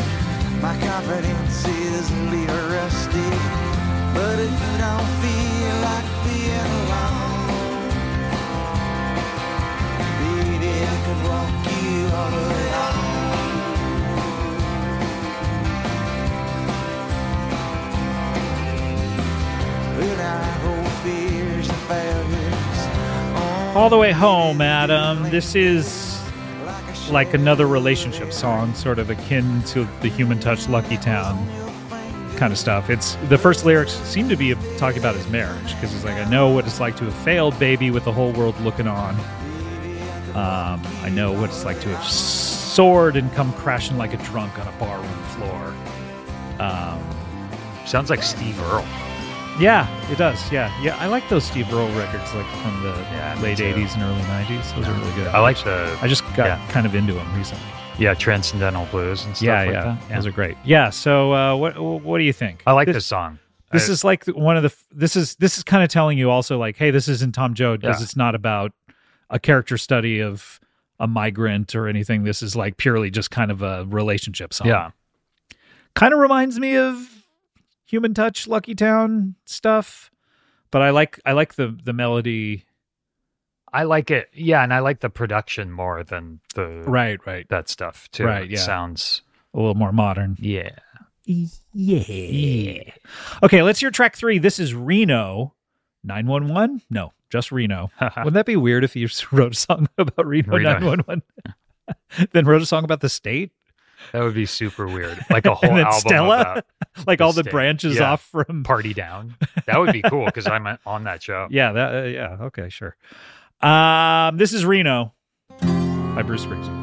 My confidence is a little rusty, but if you don't feel like being alone, baby, I could walk you all along. But I hold fears and failures on
all the way home Adam this is
like a sh-
like another relationship song sort of akin to the human touch lucky town kind of stuff it's the first lyrics seem to be talking about his marriage because he's like i know what it's like to have failed baby with the whole world looking on um, i know what it's like to have soared and come crashing like a drunk on a barroom floor
Sounds like Steve Earle.
yeah it does yeah yeah i like those steve earle records like from the
Yeah, me
late
too.
80s and early 90s those are really good
I like the
i just got
yeah.
kind of into them recently
yeah transcendental blues and stuff
yeah,
like
yeah.
that.
Those are great. Yeah. So uh, what what do you think?
I like
this.
this song.
This
I-
is like one of the. This is this is kind of telling you also like, hey, this isn't Tom Joad because
Yeah.
it's not about a character study of a migrant or anything. This is like purely just kind of a relationship song.
yeah.
Kind of reminds me of Human Touch, Lucky Town stuff, but I like I like the the melody.
I like it. Yeah, and I like the production more than the
Right. Right.
that stuff too.
Right,
It
yeah.
Sounds
A little more modern.
yeah.
Yeah. Okay, let's hear track three. This is Reno 911. No, just Reno. Wouldn't that be weird if you wrote a song about Reno,
Ah. Reno.
911? then wrote a song about the state?
That would be super weird. Like a whole
and then
album
Stella,
about
like
the
all the
state.
branches
Yeah.
off from.
Party Down. That would be cool because I'm on that show.
Yeah, that. Uh, yeah, okay, sure. Um, this is Reno by Bruce Springsteen.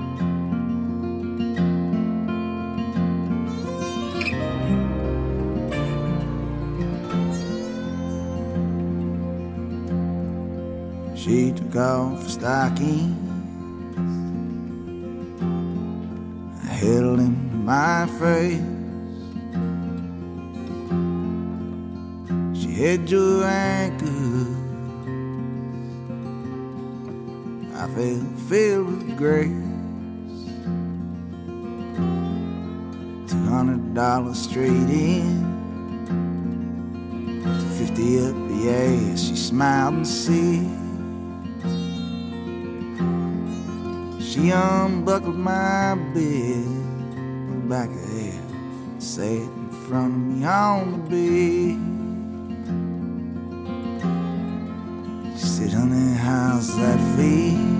She took off her stockings, held him to my face. She had your anchor. I felt filled with grace. Two hundred dollars straight in, fifty up the ass. She smiled and said. She unbuckled my bib, back of head, sat in front of me on the bed. She said, honey, how's that feel?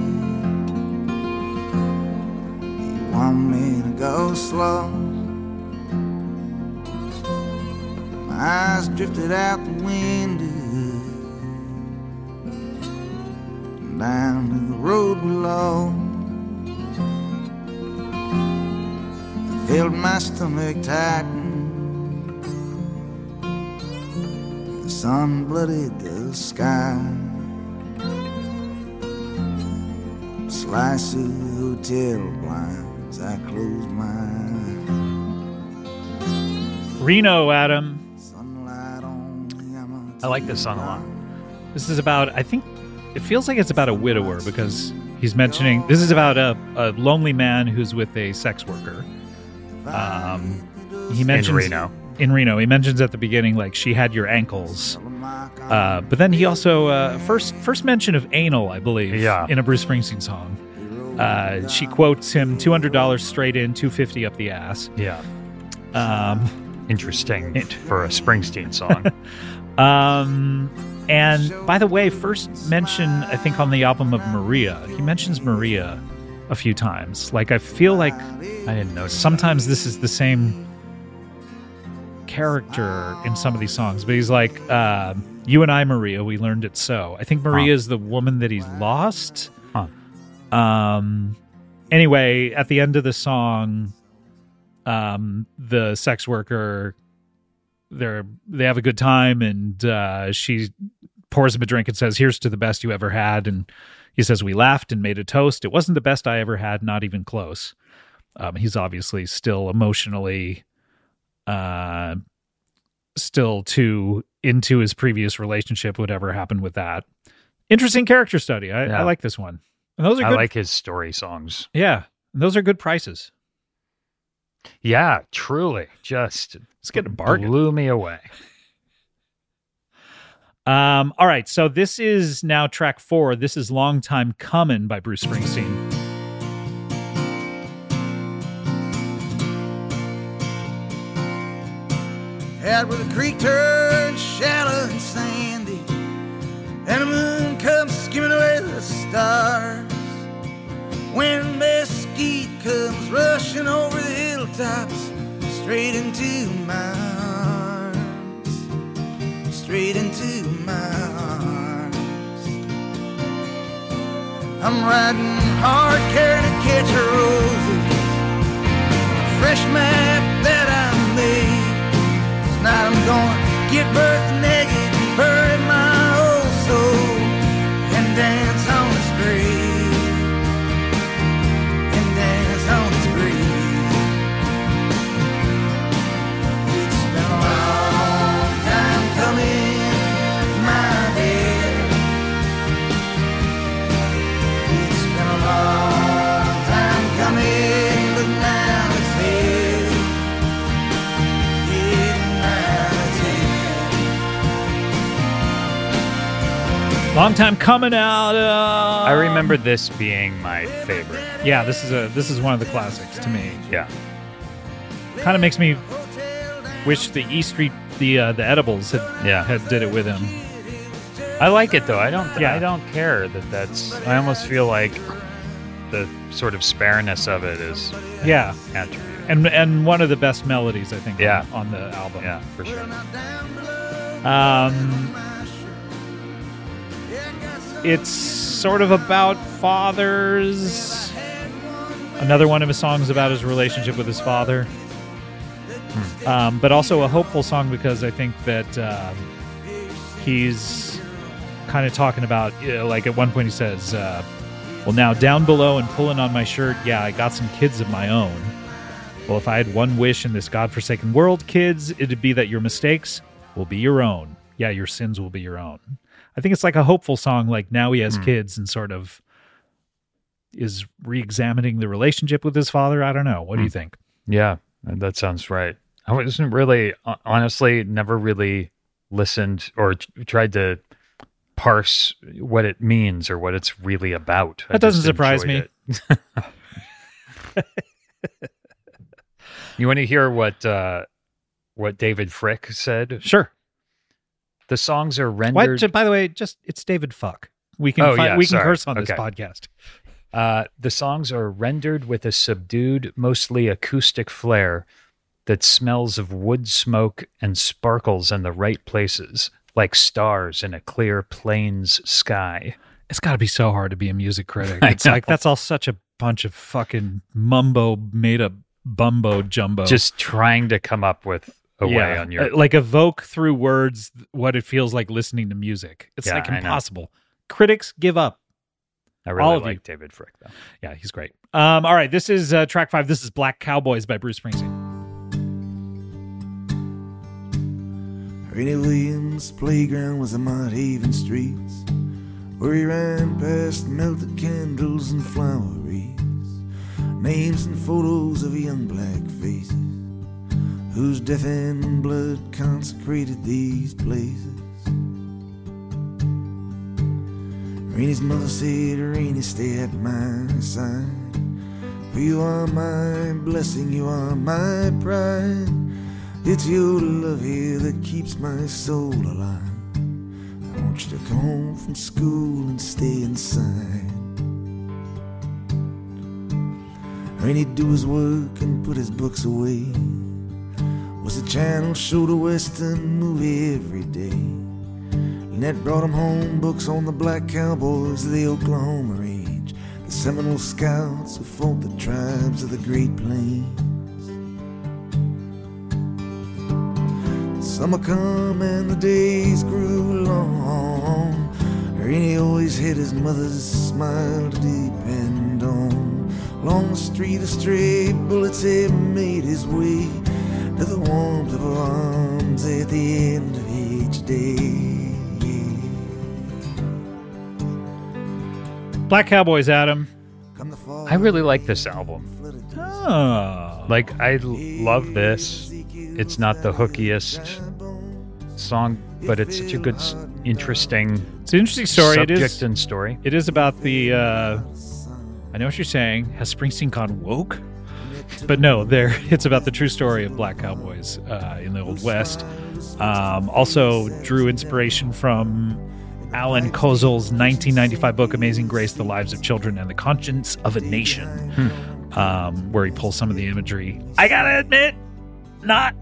You want me to go slow? My eyes drifted out the window, down to the road below. felt my stomach tighten. The sun blooded the sky. Slice of hotel blinds, I closed my eyes.
Reno, Adam.
Sunlight on the Yamaha.
I like this song a lot.
This is about. I think it feels like it's about a widower because he's mentioning this is about a, a lonely man who's with a sex worker. Um, he mentions
Reno.
In Reno, he mentions at the beginning like she had your ankles. Uh, but then he also uh, first first mention of anal, I believe,
Yeah.
in a Bruce Springsteen song. Uh, she quotes him two hundred dollars straight in, two fifty up the ass.
Yeah.
Um,
Interesting for a Springsteen song.
um, and by the way, first mention I think on the album of Maria, he mentions Maria a few times. Like I feel like
I didn't notice.
sometimes this is the same character in some of these songs, but he's like, uh, "You and I, Maria, we learned it so." I think Maria
Huh.
is the woman that he's lost.
Huh.
Um. Anyway, at the end of the song, um, the sex worker, they're they have a good time, and uh, she pours him a drink and says, "Here's to the best you ever had." And he says, "We laughed and made a toast. It wasn't the best I ever had, not even close." um, he's obviously still emotionally uh still too into his previous relationship whatever happened with that interesting character study i,
Yeah.
I like this one and those are
I
good
like his story songs.
yeah and those are good prices
Yeah, truly. Just
let's get a bargain
blew me away.
um all right so this is now track four this is long time coming by bruce springsteen
Out where the creek turns shallow and sandy, and the moon comes skimming away the stars. When mesquite comes rushing over the hilltops, straight into my arms, straight into my arms. I'm riding hard, carrying a catch of roses, a fresh map that I made. Tonight I'm gonna get birth naked and bury my old soul and dance on its grave. And dance on its grave. It's been a long time coming, my dear. It's been a long time coming, but now it's here.
long time coming out of
I remember this being my favorite.
yeah this is a this is one of the classics to me
Yeah.
kind of makes me wish the E Street, the uh, the Edibles had
Yeah.
had did it with him.
I like it though. I don't
Yeah.
I don't care that that's I almost feel like the sort of spareness of it is
Yeah.
an attribute.
And and one of the best melodies I think
Yeah.
on, on the album.
Yeah, for sure.
Um It's sort of about fathers. Another one of his songs about his relationship with his father. Um, but also a hopeful song because I think that um, he's kind of talking about, you know, like at one point he says, uh, Well, now down below and pulling on my shirt, yeah, I got some kids of my own. Well, if I had one wish in this godforsaken world, kids, it'd be that your mistakes will be your own. Yeah, your sins will be your own. I think it's like a hopeful song, like now he
Hmm.
has kids and sort of is re examining the relationship with his father. I don't know. What do
Hmm.
you think?
Yeah, that sounds right. I wasn't really, hon- honestly, never really listened or t- tried to parse what it means or what it's really about. I
That doesn't
just
surprise
enjoyed it. you want to hear what uh, what David Frick said?
Sure.
The songs are
Why,
rendered.
j- by the way, just it's David Fuck. We can
Oh,
fi-
yeah,
we can
sorry.
curse on this
Okay.
podcast.
Uh, the songs are rendered with a subdued, mostly acoustic flair that smells of wood smoke and sparkles in the right places, like stars in a clear plains sky.
It's got to be so hard to be a music critic.
I
It's like that's all such a bunch of fucking mumbo made up bumbo jumbo.
Just trying to come up with a way on your.
Uh, like evoke through words th- what it feels like listening to music. It's
Yeah,
like
I know.
impossible. Critics give up.
I
all
really
of
like
you.
David Frick though.
Yeah, he's great. Um, all right, this is uh, track five. This is Black Cowboys by Bruce Springsteen.
Rennie Williams' playground was the mud heaving streets where he ran past melted candles and flower wreaths, names and photos of young black faces whose death and blood consecrated these places. Rennie's mother said, Rennie, stay at my side. For you are my blessing, you are my pride. It's your love here that keeps my soul alive. I want you to come home from school and stay inside. And he'd do his work and put his books away. Was the channel showed a western movie every day. Lynette brought him home books on the black cowboys of the Oklahoma range, the Seminole scouts who fought the tribes of the Great Plains. Summer come and the days grew long. Rainy always had his mother's smile to depend on. Along the street of stray bullets had made his way to the warmth of her arms at the end of each day.
Black Cowboys, Adam.
Come the fall,
I really like this album.
flooded
Oh,
Like I l- love this. It's not the hookiest song, but it's such a good, s- interesting
it's an interesting story. It
subject
is.
and story.
it is about the. Uh, I know what you're saying. Has Springsteen gone woke? But no, there. It's about the true story of Black Cowboys uh, in the Old West. Um, also drew inspiration from Alan Kozel's 1995 book *Amazing Grace: The Lives of Children and the Conscience of a Nation*, um, where he pulls some of the imagery. I gotta admit, not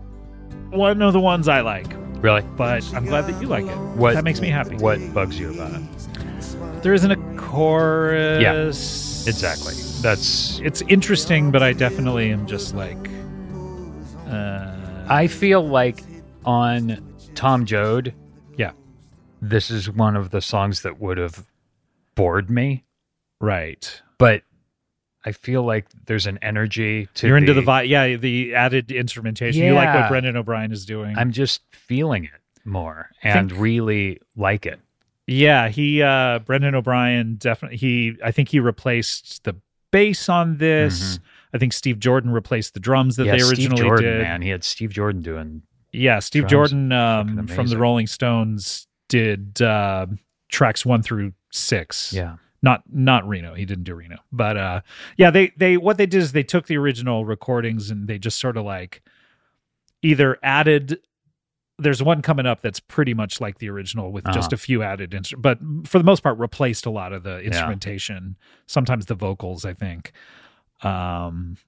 one of the ones I like,
Really,
but I'm glad that you like it.
what
that makes me happy.
What bugs you about it?
There isn't a chorus.
Yeah, Exactly. That's.
it's interesting, but I definitely am just like, uh,
I feel like on Tom Joad,
yeah,
this is one of the songs that would have bored me,
right.
but I feel like there's an energy to.
You're into the vibe, yeah, the added instrumentation. You like what
Yeah.
Brendan O'Brien is doing.
I'm just feeling it more and really like it.
yeah, he, uh, Brendan O'Brien definitely, he, I think he replaced the bass on this. I think Steve Jordan replaced the drums that
Mm-hmm. yeah,
they
Steve
originally
Jordan,
did.
man, he had Steve Jordan doing.
Yeah, Steve
Drums.
Jordan um,
Fucking
from the
amazing.
Rolling Stones did uh, tracks one through six.
Yeah,
not not Reno. He didn't do Reno, but uh, yeah, they they what they did is they took the original recordings and they just sort of like either added there's one coming up that's pretty much like the original with just
Uh-huh.
a few added instruments, but for the most part replaced a lot of the instrumentation, sometimes the vocals, I think. Um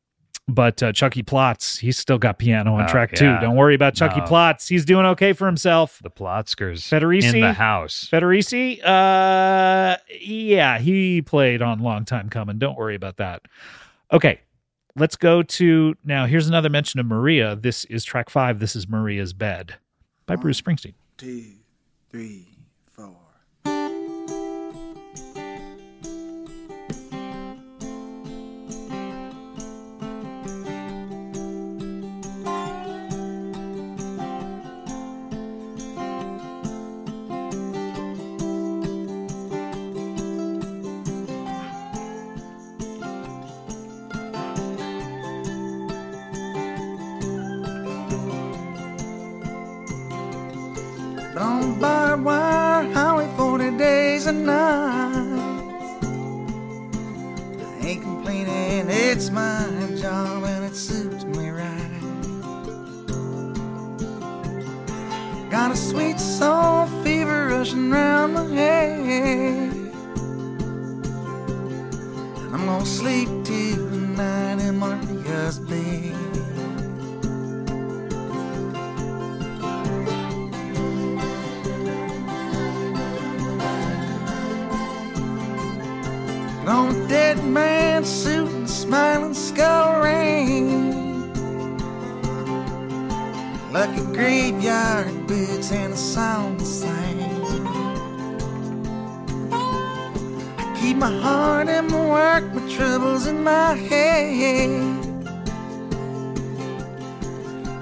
but uh, Chucky Plots, he's still got piano on
Oh,
track
yeah.
two. Don't worry about Chucky
No.
Plots. He's doing okay for himself.
The Plotskers
Federici?
in the house.
Federici, uh, yeah, he played on Long Time Coming. Don't worry about that. Okay, let's go to now. Here's another mention of Maria. This is track five. This is Maria's Bed by Bruce Springsteen.
two, three, four. But on barbed wire, highway 40 days and nights. I ain't complaining, it's my job and it suits me right. Got a sweet soul fever rushing round my head. And I'm gonna sleep tonight in Martia's bed. on a dead man's suit and smiling skull ring. Lucky graveyard boots and a song to sing. I keep my heart in my work, my troubles in my head.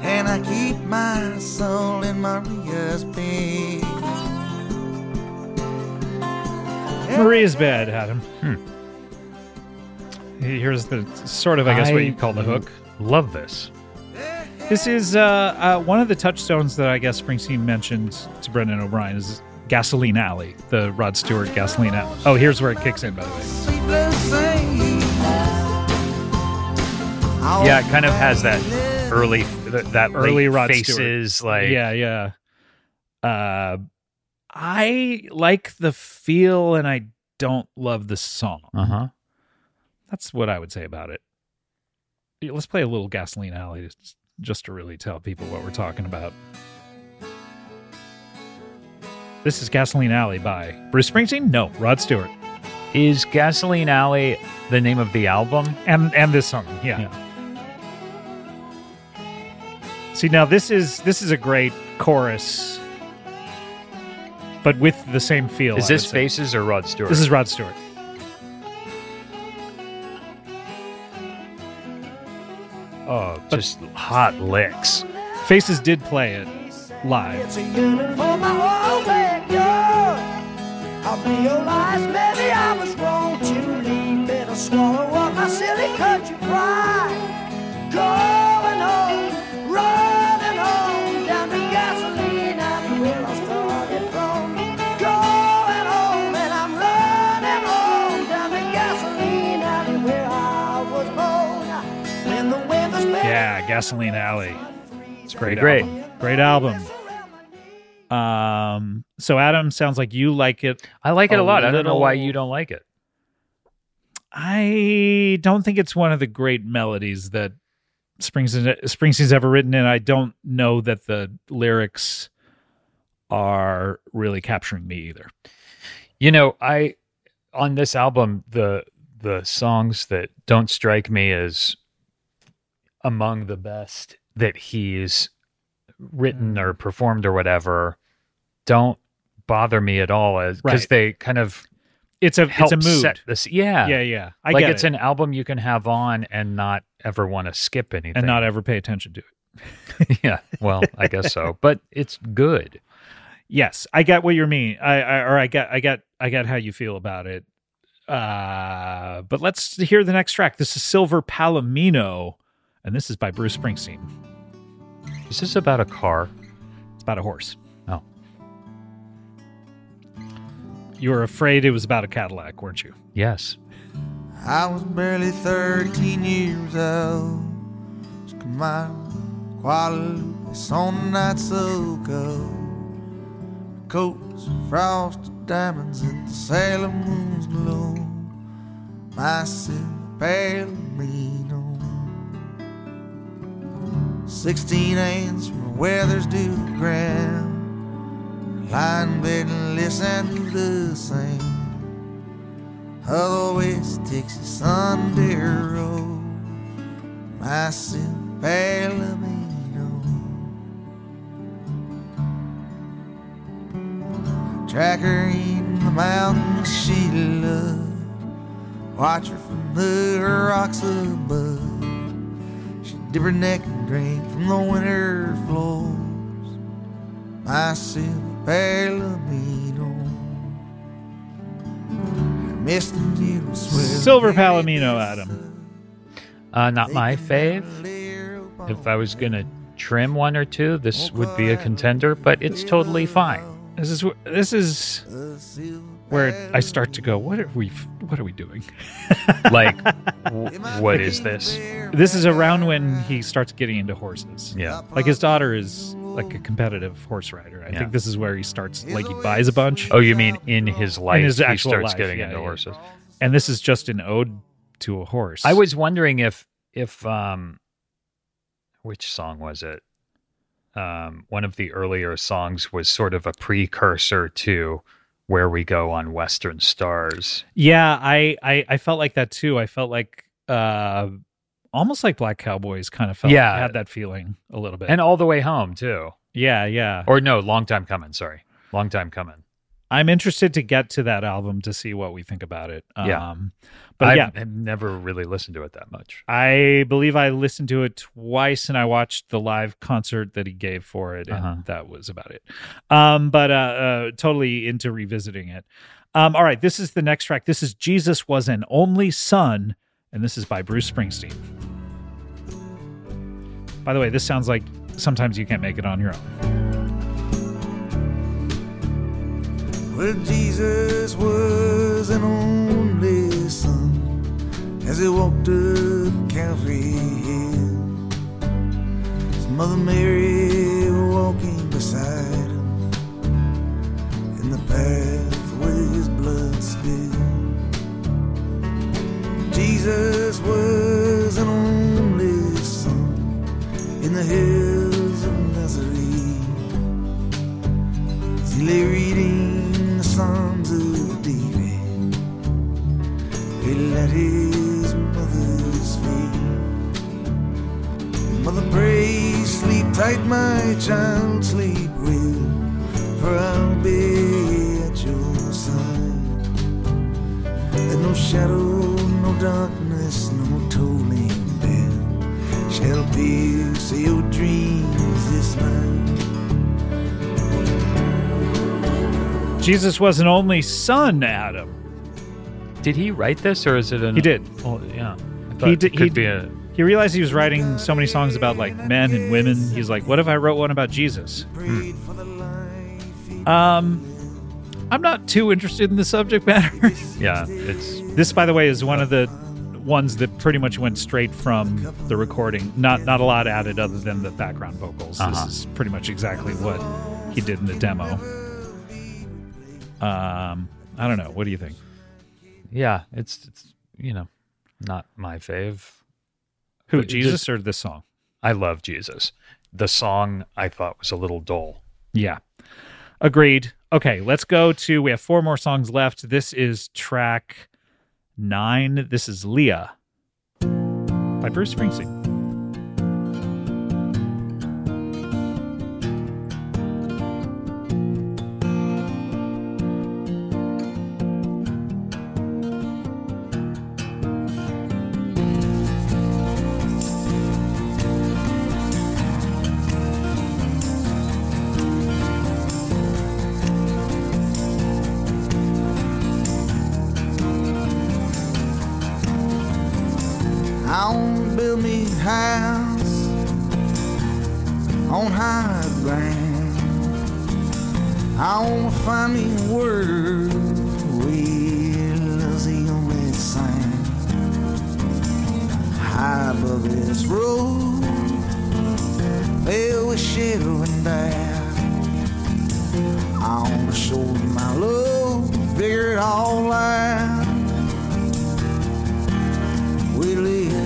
And I keep my soul in Maria's bed.
Maria's Bed, Adam. Hmm. Here's the sort of, I guess, what you call the hook.
Love this.
This is uh, uh, one of the touchstones that I guess Springsteen mentioned to Brendan O'Brien is Gasoline Alley, the Rod Stewart Gasoline Alley. Oh, here's where it kicks in, by the way.
Sweet blue sea.
Yeah, it kind of has that early, th- that
Early
late
Rod Stewart.
faces, like
yeah yeah uh i like the feel and i don't love the song
Uh huh.
that's what i would say about it Yeah, let's play a little gasoline alley just, just to really tell people what we're talking about this is gasoline alley by bruce springsteen no rod stewart
Is Gasoline Alley the name of the album?
and and this song yeah. see now this is this is a great chorus but with the same feel
Is
I
this
would say.
Faces or Rod Stewart?
This is Rod Stewart.
oh, just hot licks.
Faces did play it live.
It's a unit for my whole backyard. I realized maybe I was wrong to leave. Better swallow up my silly country pride. Going on, running on down to gasoline and where I started from. Going home and I'm running on down to gasoline and where I was born. When the wind was
Yeah, Gasoline Alley. It's a great.
Great.
album. Great album. Um, so Adam sounds like you like it.
I like it
A
a lot. I don't know why
little-
you don't like it.
I don't think it's one of the great melodies that Springsteen Springsteen's ever written, and I don't know that the lyrics are really capturing me either.
You know, I on this album the the songs that don't strike me as among the best that he's written
Mm.
or performed or whatever don't bother me at all as because
Right.
they kind of
It's a
help
it's a mood.
set this. Yeah,
yeah, yeah. I
like
get
it's
it.
an album you can have on and not ever want to skip anything.
and not ever pay attention to it.
yeah. Well, I guess so, but it's good.
Yes, I get what you mean. I, I or I get I get I get how you feel about it. Uh, but let's hear the next track. This is Silver Palomino, and this is by Bruce Springsteen.
Is this about a car?
It's about a horse.
Oh.
You were afraid it was about a Cadillac, weren't you?
Yes.
I was barely 13 years old. It's come out of Guadalupe. This on night so cold. Coats of frosted diamonds in the sailor moon's glow. My silver palomino. Sixteen ants from weathers to the ground. Lying bed and listen to the same. Other West Texas Sunday road. My silver palomino. Track her in the mountains she loved. Watch her from the rocks above. She dip her neck and drink from the winter floors. My silver palomino. Her messenger was
Silver Palomino, Adam.
Uh, not my fave. If I was gonna trim one or two, this would be a contender, but it's totally fine.
This is wh- this is where I start to go. What are we? f- What are we doing?
Like, w- what is this?
This is around when he starts getting into horses.
Yeah.
Like his daughter is like a competitive horse rider. I
Yeah.
think this is where he starts. Like he buys a bunch,
Oh, you mean in his life?
his
he
actual
starts
life,
getting
yeah,
into
yeah.
horses.
and this is just an ode to a horse.
I was wondering if if um, which song was it? Um, one of the earlier songs was sort of a precursor to where we go on Western Stars.
Yeah, I, I I felt like that too. I felt like uh almost like Black Cowboys kind of felt.
Yeah.
I had that feeling a little bit.
and all the way home too.
yeah, yeah.
Or no, long time coming. Sorry, long time coming.
I'm interested to get to that album to see what we think about it. Um,
Yeah.
but
I've,
yeah,
I've never really listened to it that much.
I believe I listened to it twice and I watched the live concert that he gave for it, and
Uh-huh.
that was about it. Um, but uh, uh, totally into revisiting it. Um, all right, this is the next track. This is Jesus Was an Only Son, and this is by Bruce Springsteen. By the way, this sounds like sometimes you can't make it on your own.
Well, Jesus was an only son as he walked up Calvary Hill. His mother Mary walking beside him in the path with his blood spilled. Jesus was an only son in the hills of Nazareth. As he lay reading the Psalms of David, he let his mother's feet. Mother, pray, sleep tight, my child, sleep well, for I'll be at your side. And no shadow, no darkness, no tolling bell shall pierce your dreams this night.
Jesus Was an Only Son, Adam.
Did he write this, or is it an?
He did.
Oh, yeah. I
He
thought
did-
It could
he-
be a.
He realized he was writing so many songs about like men and women. He's like, what if I wrote one about Jesus?
Prayed for the life he
Um, I'm not too interested in the subject matter.
Yeah, it's
this, by the way, is one of the ones that pretty much went straight from the recording. Not not a lot added other than the background vocals.
Uh-huh.
This is pretty much exactly what he did in the demo. Um, I don't know. What do you think?
yeah, it's it's you know, not my fave.
Who
But it
Jesus or this song?
I love Jesus. The song I thought was a little dull.
Yeah, agreed. Okay, let's go to. We have four more songs left. This is track nine. This is Leah by Bruce Springsteen.
I want to build me a house on high ground. I want to find me a world where love's the only sign. High above this road, filled wish it would die. I only showed my love, figured all out. We live.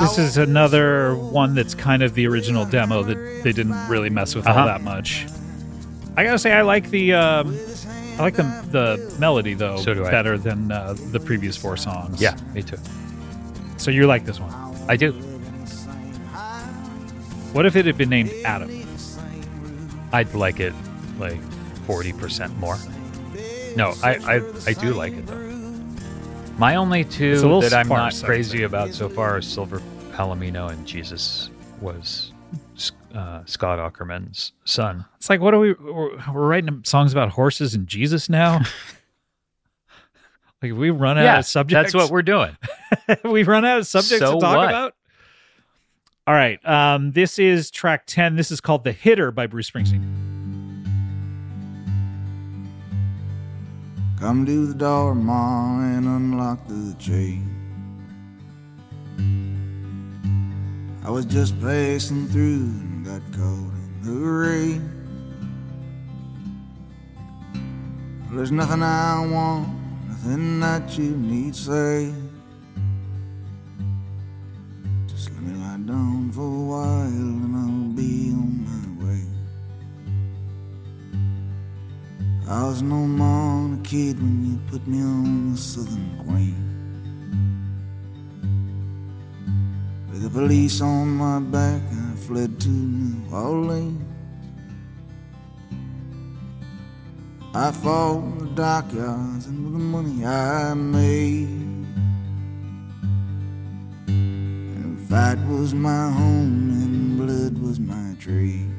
This is another one that's kind of the original demo that they didn't really mess with all
Uh-huh.
that much. I gotta say, I like the um, I like the the melody though
So do I.
better than uh, the previous four songs.
Yeah, me too.
So you like this one?
I do.
What if it had been named Adam?
I'd like it like 40% more. No, I, I, I do like it though. My only two
It's a little
that I'm not
sparse, I
crazy
think.
about so far are Silver Palomino and Jesus was uh, Scott Ackerman's son.
It's like, what are we? We're, we're writing songs about horses and Jesus now. like, we run out
yeah,
of subjects.
that's what we're doing.
we're we run out of subjects
So
to talk
what?
about. All right, um, this is track ten. This is called "The Hitter" by Bruce Springsteen.
Come to the door, Ma, and unlock the chain. I was just passing through and got caught in the rain. There's nothing I want, nothing that you need say. Just let me lie down for a while and I'll be on my way. I was no more than a kid when you put me on the Southern Queen. With the police on my back, I fled to New Orleans. I fought in the dockyards and with the money I made. And fight was my home and blood was my trade.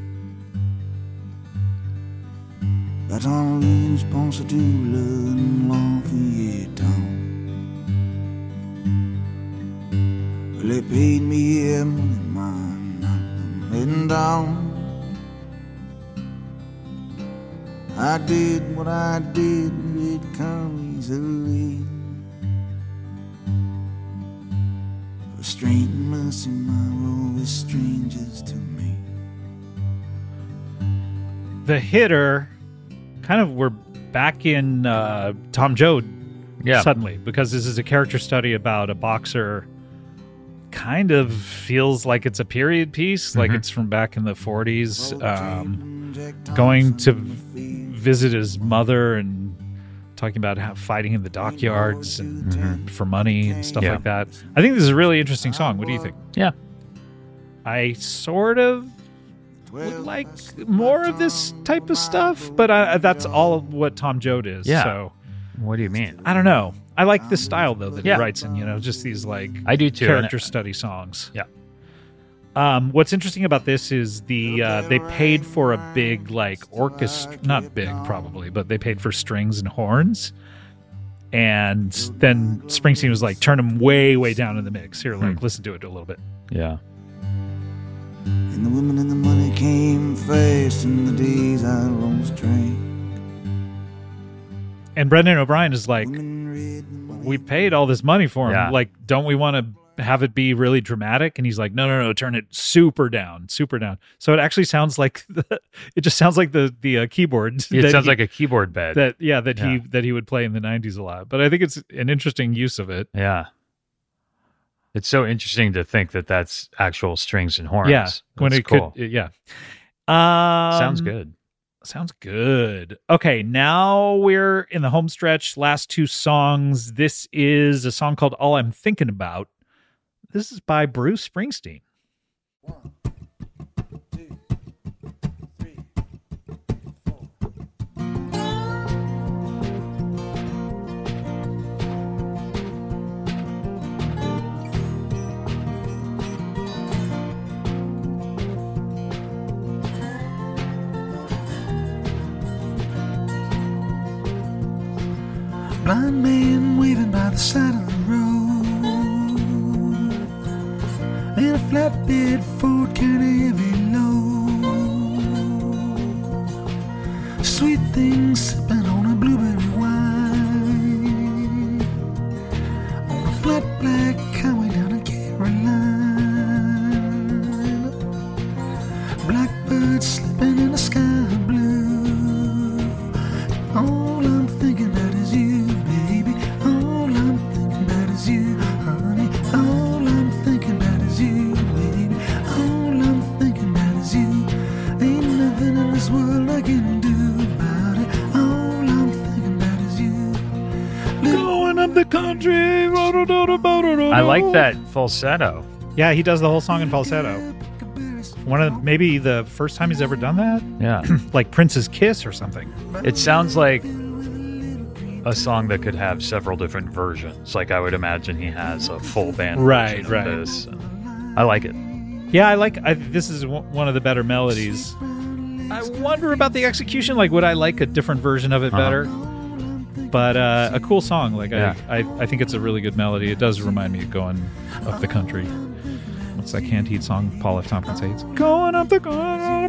Baton Rouge, Ponchatoula, and Lafayette Town. Well, they paid me Emily mine, knocked them in down. I did what I did, it come easily. For strength and mercy, my role is strangers to me.
The Hitter, kind of, we're back in uh, Tom Joad
Yeah.
suddenly because this is a character study about a boxer. Kind of feels like it's a period piece, like
Mm-hmm.
it's from back in the '40s. Um, going to visit his mother and talking about how fighting in the dockyards and for money and stuff
Yeah.
like that. I think this is a really interesting song. What do you think?
yeah.
I sort of would like more of this type of stuff, but I, that's all what Tom Joad is.
Yeah.
So
What do you mean?
I don't know. I like this style though that
Yeah.
he writes in. You know, just these like
I do too. and-
character study songs.
e- Yeah.
Um, what's interesting about this is the uh, they paid for a big like orchestra, not big probably, but they paid for strings and horns. And then Springsteen was like, "Turn them way, way down in the mix." Here,
Hmm.
like, listen to it a little bit.
yeah.
And the women and the money came fast in the days I lost track.
And Brendan O'Brien is like,
Women read the money.
"We paid all this money for him.
Yeah.
Like, don't we want to have it be really dramatic?" And he's like, "No, no, no, turn it super down, super down." So it actually sounds like the, it just sounds like the the uh, keyboard.
It
that
sounds
he-
like a keyboard bed.
that yeah that he
Yeah.
that he would play in the 90s a lot but i think it's an interesting use of it
yeah. It's so interesting to think that that's actual strings and horns.
yeah when
That's
it
cool.
could yeah um,
Sounds good.
sounds good okay now we're in the home stretch last two songs this is a song called all i'm thinking about this is by bruce springsteen
Blind man waving by the side of the road. In a flatbed Ford carrying heavy load. thing sipping on a blueberry wine. On a flat black highway down in Carolina. Blackbird slipping in the sky blue. All I'm thinking about is you, baby. All I'm thinking about is you, honey. All I'm thinking about is you, baby. All I'm thinking about is you. Ain't nothing in this world I can do about it. All I'm thinking about is you.
Going up the country.
I like that falsetto.
Yeah, he does the whole song in falsetto. One of the- maybe the first time he's ever done that,
Yeah.
like Prince's Kiss or something.
It sounds like a song that could have several different versions. Like I would imagine he has a full band
Right,
version of
right.
this. I like it.
Yeah, I like. I, this is w- one of the better melodies. I wonder about the execution. Like, would I like a different version of it
Uh-huh.
better? But uh, a cool song. Like,
Yeah.
I, I, I think it's a really good melody. It does remind me of going up the country. What's that canned heat song Paul F. Tompkins hates? Going up the country.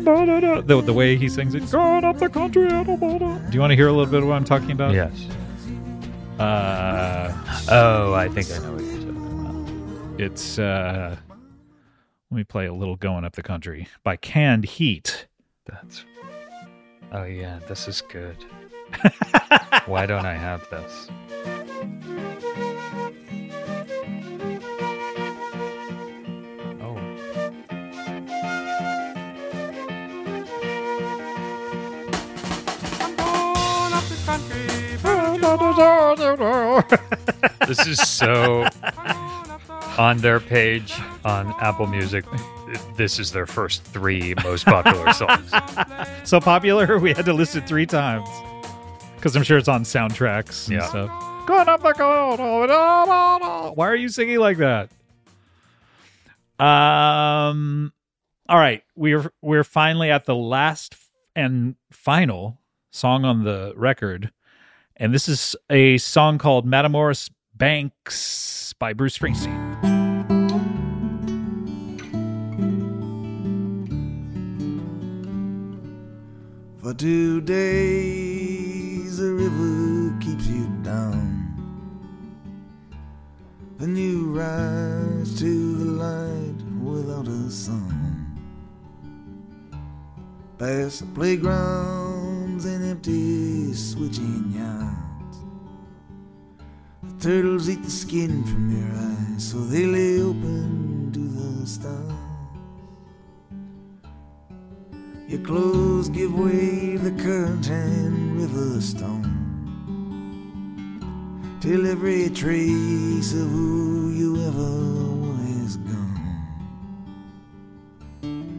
The, the way he sings it. Going up the country. Do you want to hear a little bit of what I'm talking about?
Yes.
Uh,
Oh, I think I know what you're talking about.
It's uh let me play a little going up the country by Canned Heat.
That's. Oh yeah, this is good. Why don't I have this? Oh. This is so on their page on Apple Music. This is their first three most popular songs.
So popular we had to list it three times. Cause I'm sure it's on soundtracks and
Yeah.
stuff. Going up the
Oh,
country. Why are you singing like that? Um all right. We're we're finally at the last and final song on the record. And this is a song called Matamoros Banks by Bruce Springsteen.
For two days the river keeps you down. Then you rise to the light without a song. Past the playgrounds and empty switching yards. The turtles eat the skin from your eyes, so they lay open to the stars. Your clothes give way to the current and river stone. Till every trace of who you ever were is gone.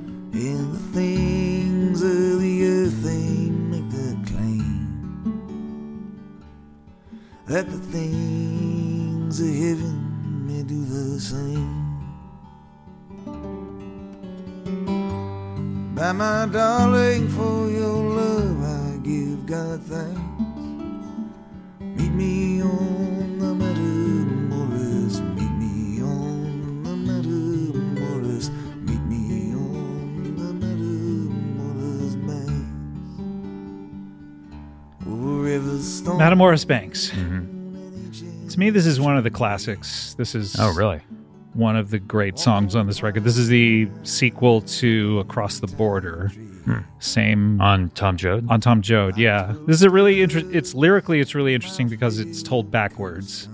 And the things of the earth, they make the claim that the things of heaven may do the same. By my darling, for your love I give God thanks. Meet me on the Matamoros, meet me on the Matamoros, meet me on the Matamoros banks. Over rivers storm.
Matamoros Banks. To me, this is one of the classics. This is
Mm-hmm. Oh, really?
one of the great songs on this record. This is the sequel to Across the Border. Same on,
On Tom Joad?
Tom Joad. Yeah, this is a really interesting. It's lyrically, it's really interesting because it's told backwards,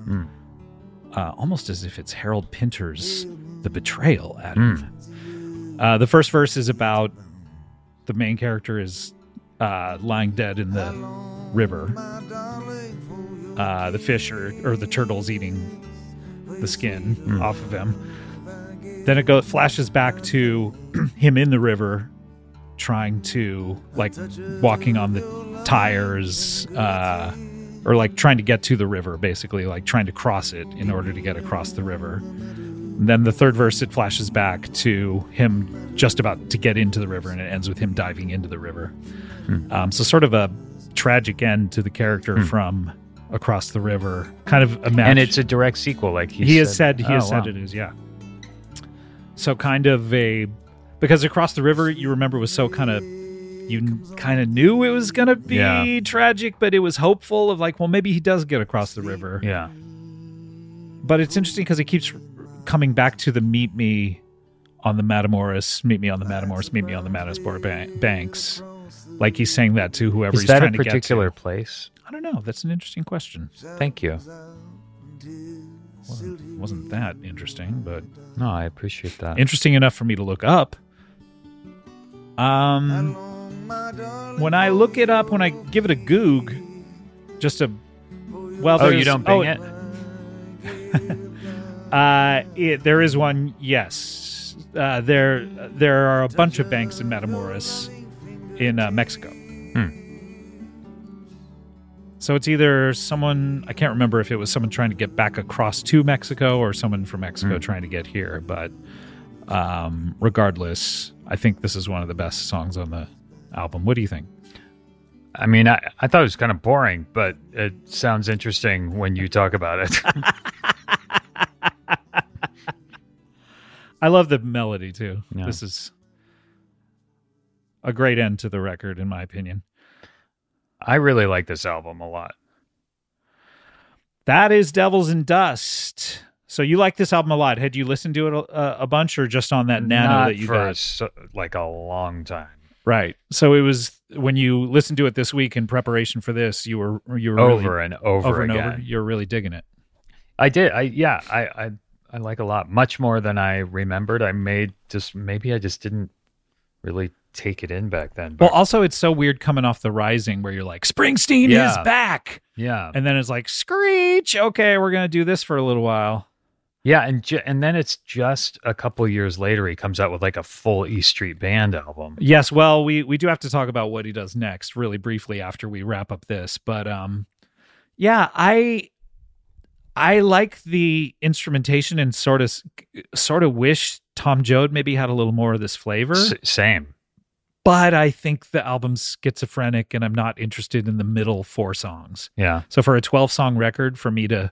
uh, almost as if it's Harold Pinter's "The Betrayal." Adam. Uh, the first verse is about the main character is uh, lying dead in the river uh, the fish or, or the turtles eating the skin off of him. Then it go, flashes back to him in the river trying to, like, walking on the tires uh, or, like, trying to get to the river, basically, like, trying to cross it in order to get across the river. And then the third verse, it flashes back to him just about to get into the river, and it ends with him diving into the river. Um, so, sort of a tragic end to the character from across the river. Kind of a match.
And it's a direct sequel, like he,
he, has said he
Oh,
has
wow.
said it is yeah. So kind of a because across the river you remember was so kind of you kind of knew it was going to be
Yeah.
tragic, but it was hopeful of like, well, maybe he does get across the river.
Yeah.
But it's interesting because he keeps r- coming back to the meet me on the Matamoras, meet me on the Matamoras, meet me on the Matamoras ban- banks. Like he's saying that to whoever
Is
he's
that a
trying to get to.
particular place?
I don't know. That's an interesting question.
Thank you.
Well, wasn't that interesting, but
No, I appreciate that.
interesting enough for me to look up. Um, when I look it up, when I give it a goog, just a well.
oh, you
there's-
don't bing
oh,
it?
Uh, it, there is one. Yes, uh, there there are a bunch of banks in Matamoros, in uh, Mexico. So it's either someone I can't remember if it was someone trying to get back across to Mexico or someone from Mexico trying to get here. But um, regardless, I think this is one of the best songs on the album. What do you think?
I mean, I, I thought it was kind of boring, but it sounds interesting when you talk about it.
I love the melody too.
Yeah.
This is a great end to the record, in my opinion.
I really like this album a lot.
That is Devils and Dust. So you like this album a lot. Had you listened to it a, a bunch or just on that nano
Not
that you
for
got?
so- like a long time.
Right. So it was when you listened to it this week in preparation for this, you were you were really-
over and over,
over and
again.
over. You're really digging it.
I did. I yeah. I, I I like a lot much more than I remembered. I made just maybe I just didn't really take it in back then.
Well,
But
also it's so weird coming off the rising where you're like, Springsteen is
Yeah.
back.
yeah,
And then it's like, Screech, okay, we're gonna do this for a little while.
yeah, and ju- and then it's just a couple years later he comes out with like a full E Street Band album.
Yes, well, we we do have to talk about what he does next really briefly after we wrap up this, but um yeah, I I like the instrumentation and sort of sort of wish Tom Joad maybe had a little more of this flavor,
S- same.
but I think the album's schizophrenic and I'm not interested in the middle four songs.
Yeah.
So for a 12 song record for me to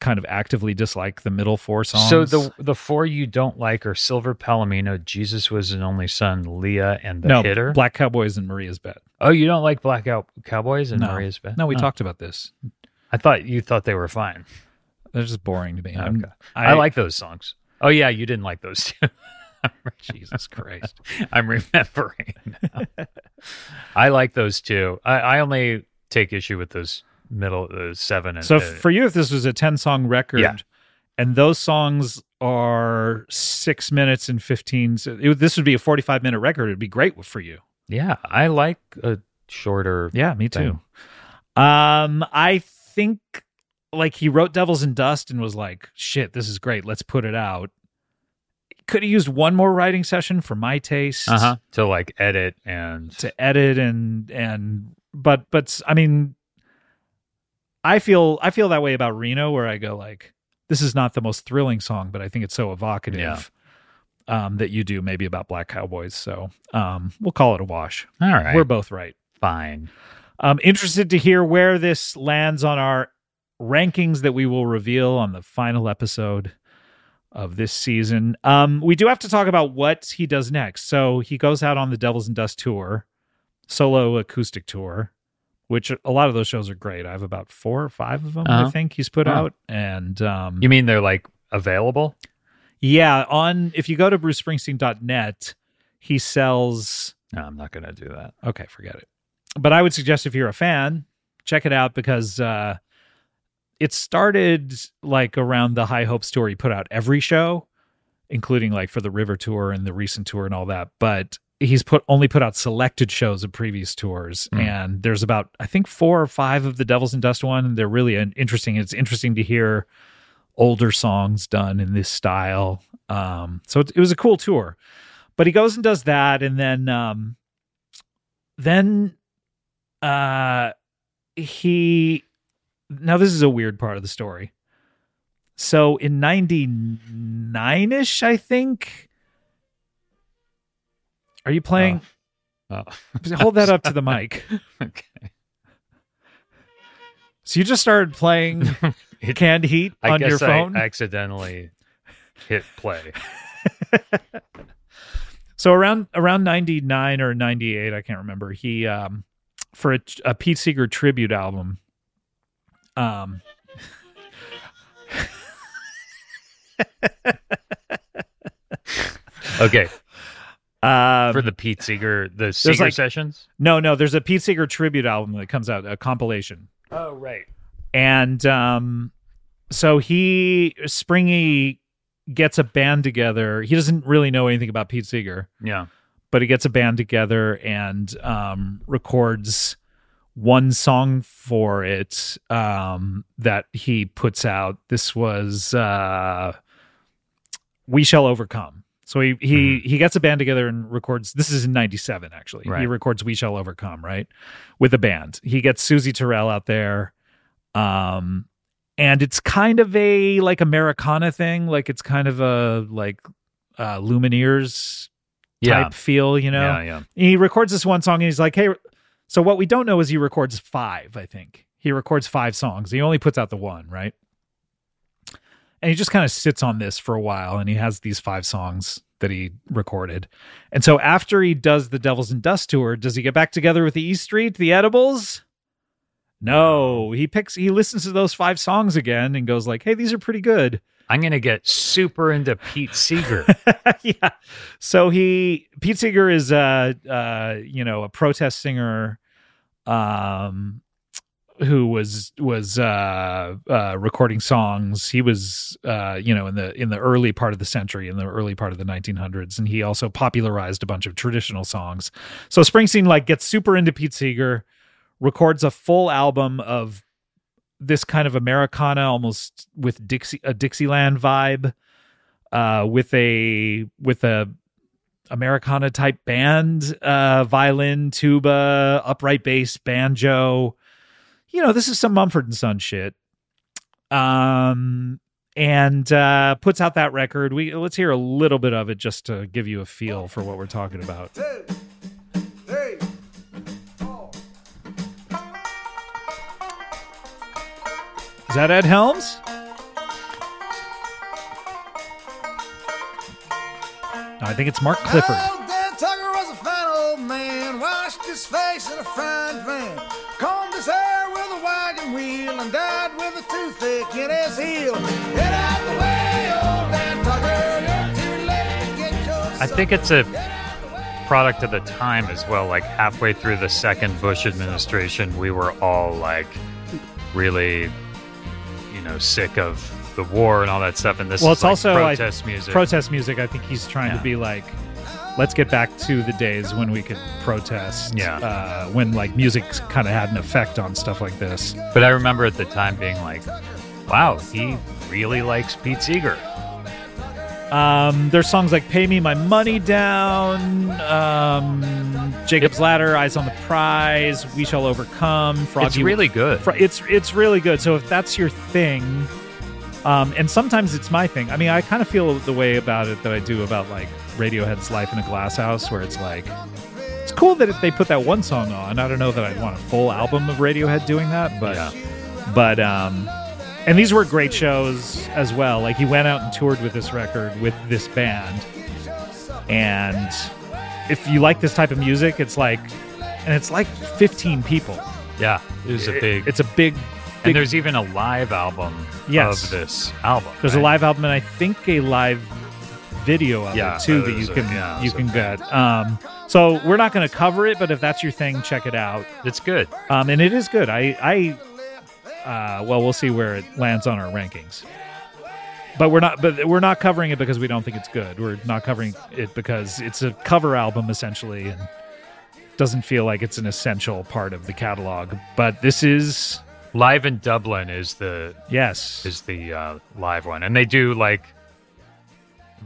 kind of actively dislike the middle four songs.
So the the four you don't like are Silver Palomino, Jesus was an only son, Leah, and the
no,
hitter.
Black Cowboys and Maria's Bet.
oh, you don't like Blackout Cowboys and
No.
Maria's Band?
No, we
Oh.
talked about this.
I thought you thought they were fine.
They're just boring to me. I'm-
Okay. I, like those songs. Oh yeah, you didn't like those two.
Jesus Christ.
I'm remembering. now. I like those two. I, I only take issue with those middle uh, seven and
So
uh,
for you, if this was a 10 song record
Yeah.
and those songs are six minutes and 15, so it, would- this would be a 45 minute record. It'd be great for you.
yeah, I like a shorter.
Yeah, me
too.
Um, I think like he wrote Devils and Dust and was like, shit, this is great. Let's put it out. Could have used one more writing session for my taste
Uh huh. To like edit and
to edit and, and, but, but I mean, I feel I feel that way about Reno, where I go like, this is not the most thrilling song, but I think it's so evocative
Yeah.
um, that you do maybe about Black Cowboys. So um, we'll call it a wash.
all right.
We're
We're
both right.
fine.
I'm interested to hear where this lands on our rankings that we will reveal on the final episode of this season. Um, we do have to talk about what he does next. So he goes out on the Devils and Dust tour, solo acoustic tour, which a lot of those shows are great. I have about four or five of them, I
Uh-huh.
think he's put
Wow.
out. And um,
You mean they're like available?
yeah, on if you go to brucespringsteen.net, he sells
No, I'm not gonna do that.
Okay, forget it. But I would suggest if you're a fan, check it out because uh, it started like around the High Hopes tour. He put out every show, including like for the River tour and the recent tour and all that. But he's put only put out selected shows of previous tours,
Mm.
and there's about I think four or five of the Devils and Dust one. They're really an- interesting. It's interesting to hear older songs done in this style. Um, so it, it was a cool tour. But he goes and does that, and then um, then uh he now this is a weird part of the story so in 99ish i think are you playing
Oh,
hold that up to the mic
okay.
so you just started playing
It-
canned heat
I
on
guess
your
I
phone
accidentally hit play.
So around around 99 or 98, I can't remember. He um for a, a Pete Seeger tribute album um
Okay,
um,
for the Pete Seeger, the Seeger
like-
sessions.
no, no, there's a Pete Seeger tribute album that comes out, a compilation.
Oh right.
And um, so he, Springy, gets a band together. He doesn't really know anything about Pete Seeger,
Yeah.
but he gets a band together and um, records one song for it um, that he puts out. This was uh, "We Shall Overcome." So he he he gets a band together and records. This is in '97, actually. He
Right.
records "We Shall Overcome" right with a band. He gets Susie Terrell out there, um, and it's kind of a like Americana thing. Like it's kind of a like uh, Lumineers
Yeah.
type feel, you know.
Yeah. Yeah.
He records this one song and he's like, "Hey." So what we don't know is he records five. I think he records five songs. He only puts out the one, right? And he just kind of sits on this for a while, and he has these five songs that he recorded. And so after he does the Devils and Dust tour, does he get back together with the E Street, the Edibles? No, he picks he listens to those five songs again and goes like, "Hey, these are pretty good."
I'm gonna get super into Pete Seeger.
yeah. So he Pete Seeger is uh uh you know a protest singer um who was was uh uh recording songs. He was uh you know in the in the early part of the century in the early part of the 1900s and he also popularized a bunch of traditional songs. So Springsteen like gets super into Pete Seeger, records a full album of this kind of Americana almost with Dixie a Dixieland vibe uh, with a with a Americana type band, uh, violin, tuba, upright bass, banjo. You know, this is some Mumford and Son shit. Um, and uh, puts out that record. We let's hear a little bit of it just to give you a feel for what we're talking about.
Two, three.
Is that Ed Helms? No, I think it's Mark Clifford.
Old Dan Tucker was a fine old man, washed his face in a frying pan, combed his hair with a wagon wheel, and died with a toothache in his heel. Get out the way, old Dan Tucker, you're too late to get your
I think it's a product of the time as well. Like halfway through the second Bush administration, we were all like really, you know, sick of the war and all that stuff. And this
Well,
is
it's
like
also, like,
protest music.
protest music i think he's trying to
Yeah.
be like let's get back to the days when we could protest
Yeah.
uh, when like music kind of had an effect on stuff like this
but I remember at the time being like, wow, he really likes Pete Seeger.
um, there's songs like pay me my money down um, jacob's ladder eyes on the prize we shall overcome froggy
it's really good.
Fro- it's it's really good so if that's your thing um, and sometimes it's my thing i mean i kind of feel the way about it that i do about like radiohead's life in a glass house where it's like it's cool that they put that one song on i don't know that i'd want a full album of radiohead doing that but
Yeah.
but um and these were great shows as well like he went out and toured with this record with this band and if you like this type of music it's like and it's like 15 people
yeah, it was a
it-
big.
It's a big. big-
and there's even a live album
Yes.
of this album.
there's a
right?
live album and I think a live video of
Yeah,
it too
there
that you
is a-
can
yeah,
you
so-
can get. Um, so we're not going to cover it, but if that's your thing, check it out.
It's good.
Um, and it is good. I I uh, well, we'll see where it lands on our rankings. But we're not. But we're not covering it because we don't think it's good. We're not covering it because it's a cover album essentially, and doesn't feel like it's an essential part of the catalog. But this is
Live in Dublin is the
yes,
is the uh, live one, and they do like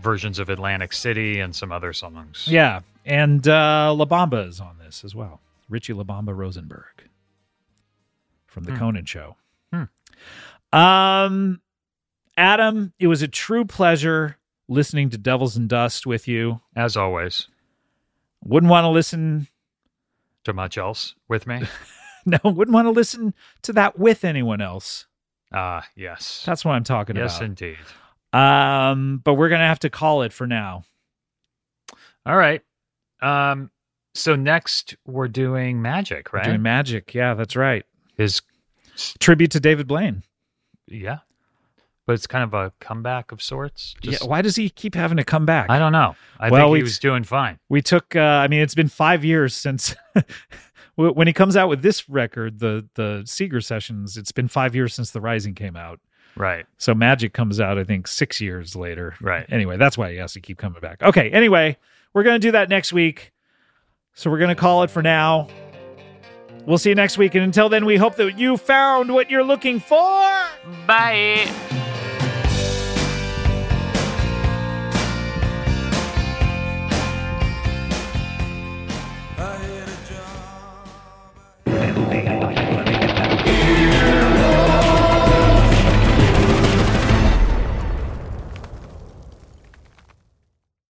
versions of Atlantic City and some other songs.
Yeah, and uh, La Bamba is on this as well. Richie La Bamba Rosenberg from
Hmm.
the Conan Show. Um, Adam, it was a true pleasure listening to Devils and Dust with you.
as always.
Wouldn't want to listen.
To much else with me.
No, wouldn't want to listen to that with anyone else.
Uh yes,
That's what I'm talking
yes,
about.
indeed.
um, but we're gonna have to call it for now.
All right. Um, so next we're doing magic, right?
Doing magic. Yeah, that's right.
His
Tribute to David Blaine.
yeah, but it's kind of a comeback of sorts. Just-
yeah, why does he keep having to come back?
I don't know. I
Well,
think
we-
he was doing fine.
we took uh, i mean it's been five years since wh- when he comes out with this record the the seeger sessions it's been five years since the rising came out
Right.
so magic comes out i think six years later
Right.
anyway that's why he has to keep coming back okay anyway we're gonna do that next week so we're gonna call it for now we'll see you next week and until then we hope that you found what you're looking for
I had a job.
Little Dick.